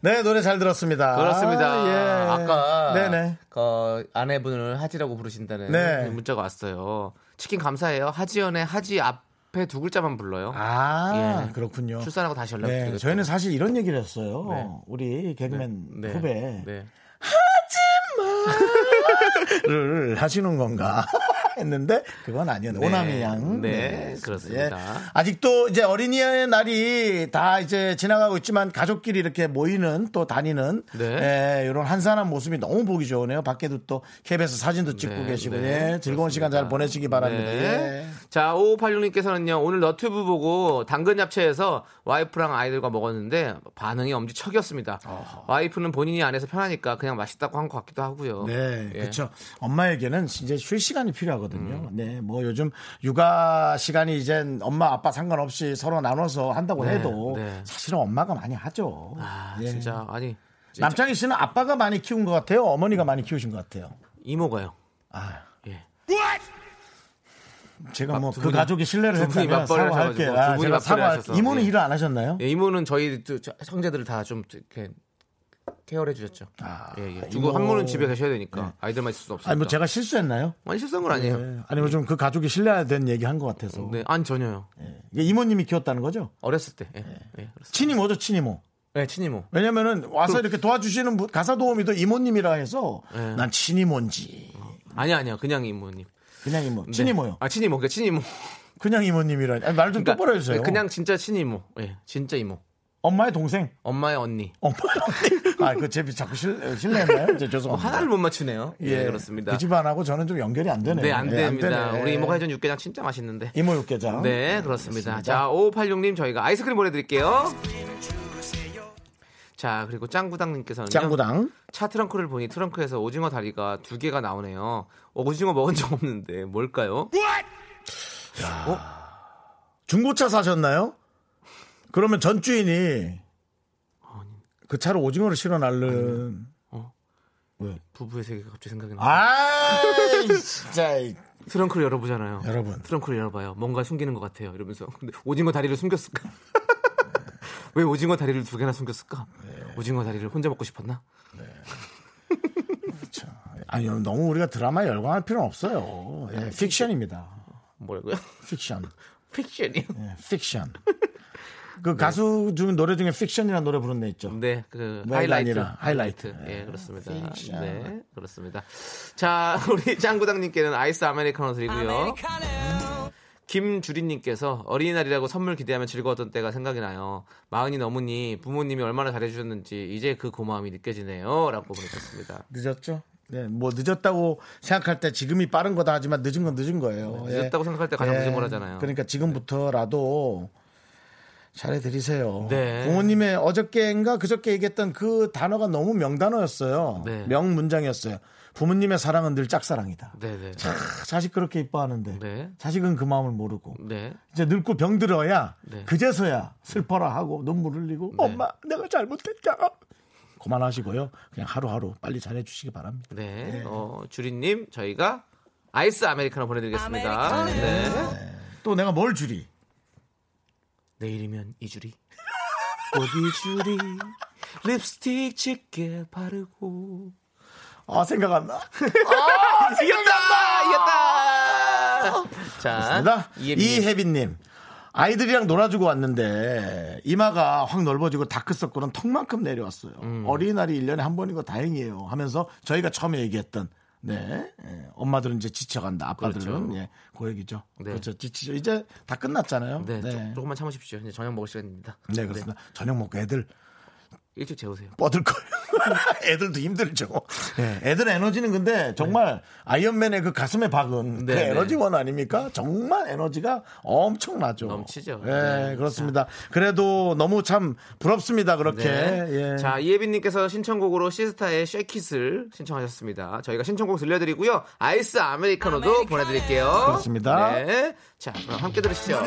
네, 노래 잘 들었습니다.
그렇습니다.
아, 예.
아까
네네.
그 아내분을 하지라고 부르신다는 그
네.
문자가 왔어요. 치킨 감사해요. 하지연의 하지 앞에 두 글자만 불러요.
아,
예.
그렇군요.
출산하고 다시 연락드리겠습니다.
네, 저희는 사실 이런 얘기를 했어요.
네.
우리 개그맨
네.
후배
네.
를 하시는 건가 [LAUGHS] 했는데 그건 아니었네. 오남이 양. 예.
네, 그렇습니다.
아직도 이제 어린이의 날이 다 이제 지나가고 있지만 가족끼리 이렇게 모이는 또 다니는
네.
예, 이런 한산한 모습이 너무 보기 좋으네요. 밖에도 또 KBS 사진도 찍고
네,
계시고
네,
예, 즐거운 시간 잘 보내시기 바랍니다.
네.
예.
자, 5586님께서는요, 오늘 너튜브 보고 당근 야채에서 와이프랑 아이들과 먹었는데 반응이 엄지척이었습니다. 와이프는 본인이 안에서 편하니까 그냥 맛있다고 한 것 같기도 하고요.
네,
예. 음.
그렇죠. 엄마에게는 이제 쉴 시간이 필요하거든요. 네, 뭐 요즘 육아 시간이 이젠 엄마 아빠 상관없이 서로 나눠서 한다고
네,
해도
네.
사실은 엄마가 많이 하죠.
아,
예.
진짜, 아니, 진짜
남창희 씨는 아빠가 많이 키운 것 같아요. 어머니가 많이 키우신 것 같아요.
이모가요.
아,
예.
제가 뭐
두
그
분이-
가족이 신뢰를
두 분이
했다면
맞벌이를
사과할게요.
하셔가지고 뭐
아,
두 분이
제가
맞벌이를
사과할게요.
하셔서.
이모는
예.
일을 안 하셨나요?
예, 이모는 저희 두 자- 형제들을 다 좀 이렇게 케어를 해주셨죠.
아,
예, 예. 두고
이모-
한 분은 집에 계셔야 되니까
네.
아이들만 있을 수 없으니까.
아니 뭐 제가 실수했나요?
아니 실수한 건 아니에요.
예. 아니면 좀 그 가족이 신뢰된 얘기 한 것 같아서.
네, 아니 전혀요.
이게 이모님이 키웠다는 거죠?
어렸을 때.
네.
예, 예, 그렇습니다.
친이모죠, 친이모.
네, 친이모.
왜냐면은 와서 이렇게 도와주시는 분, 가사 도우미도 이모님이라 해서
그 네.
난 친이모인지
아니 아니요, 그냥 이모님.
그냥 이모,
네.
친이모요.
아 친이모, 그러니까 친이모.
그냥 이모님이라 말 좀 똑바로 해주세요.
그러니까 네, 그냥 진짜 친이모. 예, 진짜 이모.
엄마의 동생.
엄마의 언니.
엄마의 동생. 아, 그 제비 자꾸 실, 실례했나요? 이제
어,
죄송합니다.
하나를 못 맞추네요. 예, 그렇습니다.
그 집안하고 저는 좀 연결이 안 되네요.
네, 안
예,
됩니다.
되네.
우리 이모가 해준 육개장 진짜 맛있는데.
이모 육개장.
네, 그렇습니다. 자, 5586님 저희가 아이스크림 보내드릴게요. 자, 그리고 짱구당님께서는
짱구당.
차 트렁크를 보니 트렁크에서 오징어 다리가 두 개가 나오네요. 어, 오징어 먹은 적 없는데 뭘까요?
중고차 사셨나요? 그러면 전 주인이 그 차로 오징어를 실어 날른.
부부의 세계가 갑자기 생각이 나요.
아, 진짜.
트렁크를 열어보잖아요.
여러분.
트렁크를 열어봐요. 뭔가 숨기는 것 같아요. 이러면서 [LAUGHS] 근데 오징어 다리를 숨겼을까? [LAUGHS] 왜 오징어 다리를 두 개나 숨겼을까? 오징어 다리를 혼자 먹고 싶었나?
아니 너무 우리가 드라마에 열광할 필요는 없어요.
아,
예, 픽션입니다.
뭐라고요? [LAUGHS]
픽션.
픽션이요. [LAUGHS]
예, 픽션. 그 가수 중 노래 중에 픽션이라는 노래 부른 애 있죠.
네, 그
뭐가
하이라이트,
아니라 하이라이트.
예, 그렇습니다.
픽션.
네, 그렇습니다. 자, [LAUGHS] 우리 짱구당님께는 아이스 아메리카노 드리고요. 김주린님께서 어린이날이라고 선물 기대하며 즐거웠던 때가 생각이 나요. 마흔이 넘으니 부모님이 얼마나 잘해주셨는지 이제 그 고마움이 느껴지네요.라고 보내셨습니다.
늦었죠? 네, 뭐 늦었다고 생각할 때 지금이 빠른 거다 하지만 늦은 건 늦은 거예요. 예.
네, 늦었다고 생각할 때 가장
예,
늦은 거라잖아요. 네.
그러니까 지금부터라도 잘해드리세요.
네.
부모님의 어저께인가 그저께 얘기했던 그 단어가 너무 명단어였어요.
네.
명문장이었어요. 부모님의 사랑은 늘 짝사랑이다.
네네.
크, 자식 그렇게 이뻐하는데
네.
자식은 그 마음을 모르고
네.
이제 늙고 병들어야
네.
그제서야 슬퍼라 하고 눈물 흘리고 엄마 내가 잘못했다 그만하시고요 그냥 하루하루 빨리 잘해주시기 바랍니다
네. 어, 주린님, 저희가 아이스 아메리카노 보내드리겠습니다. 네.
또 내가 뭘 줄이
내일이면
[LAUGHS]
이주리. 옷 이주리. 립스틱 짙게 바르고.
아 생각 안 나.
이겼다! 이겼다! 자,
그렇습니다.
어? 이혜빈님.
이혜빈님. 아이들이랑 놀아주고 왔는데 이마가 확 넓어지고
음.
다크서클은 턱만큼 내려왔어요. 어린이날이 1년에 한 번인 거 다행이에요 하면서 저희가 처음에 얘기했던 네. 예. 엄마들은 이제 지쳐간다. 아빠들은
그렇죠.
예. 그 얘기죠.
네.
그렇죠. 지치죠. 이제 다 끝났잖아요.
네,
네. 네.
조, 금만 참으십시오. 이제 저녁 먹을 시간입니다. 네,
그렇습니다. 저녁 먹고 애들
일찍 재우세요.
뻗을 거예요. [LAUGHS] 애들도 힘들죠.
네.
예, 애들 에너지는 근데 정말 아이언맨의 그 가슴에 박은
네,
그
네.
에너지원 아닙니까? 정말 에너지가 엄청나죠.
넘치죠.
예,
네,
그렇습니다. 그래도 너무 참 부럽습니다. 그렇게.
네.
예.
자, 이예빈님께서 신청곡으로 시스타의 쉐킷을 신청하셨습니다. 저희가 신청곡 들려드리고요. 아이스 아메리카노도 보내드릴게요.
그렇습니다.
네. 자, 그럼 함께 들으시죠.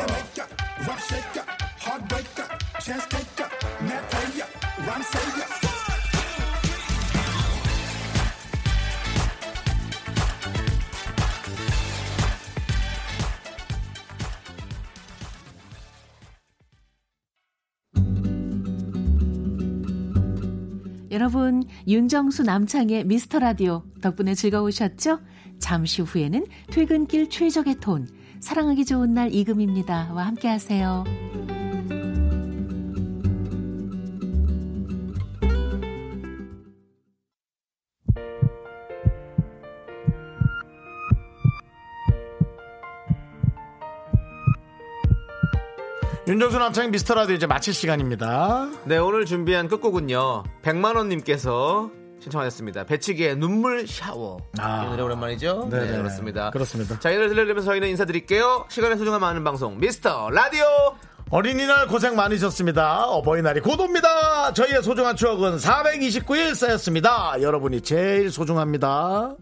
여러분, 윤정수 남창의 미스터 라디오 덕분에 즐거우셨죠? 잠시 후에는 퇴근길 최적의 톤, 사랑하기 좋은 날 이금입니다와 함께 하세요.
윤정수 남창 미스터 라디오 이제 마칠 시간입니다.
네, 오늘 준비한 끝곡은요. 100만원님께서 신청하셨습니다. 배치기의 눈물 샤워.
아.
이 노래 오랜만이죠?
네,
네,
네.
그렇습니다.
그렇습니다.
자, 이 노래 들려드리면서 저희는 인사드릴게요. 시간의 소중함 많은 방송, 미스터 라디오!
어린이날 고생 많으셨습니다. 어버이날이 곧 옵니다. 저희의 소중한 추억은 429일 쌓였습니다. 여러분이 제일 소중합니다.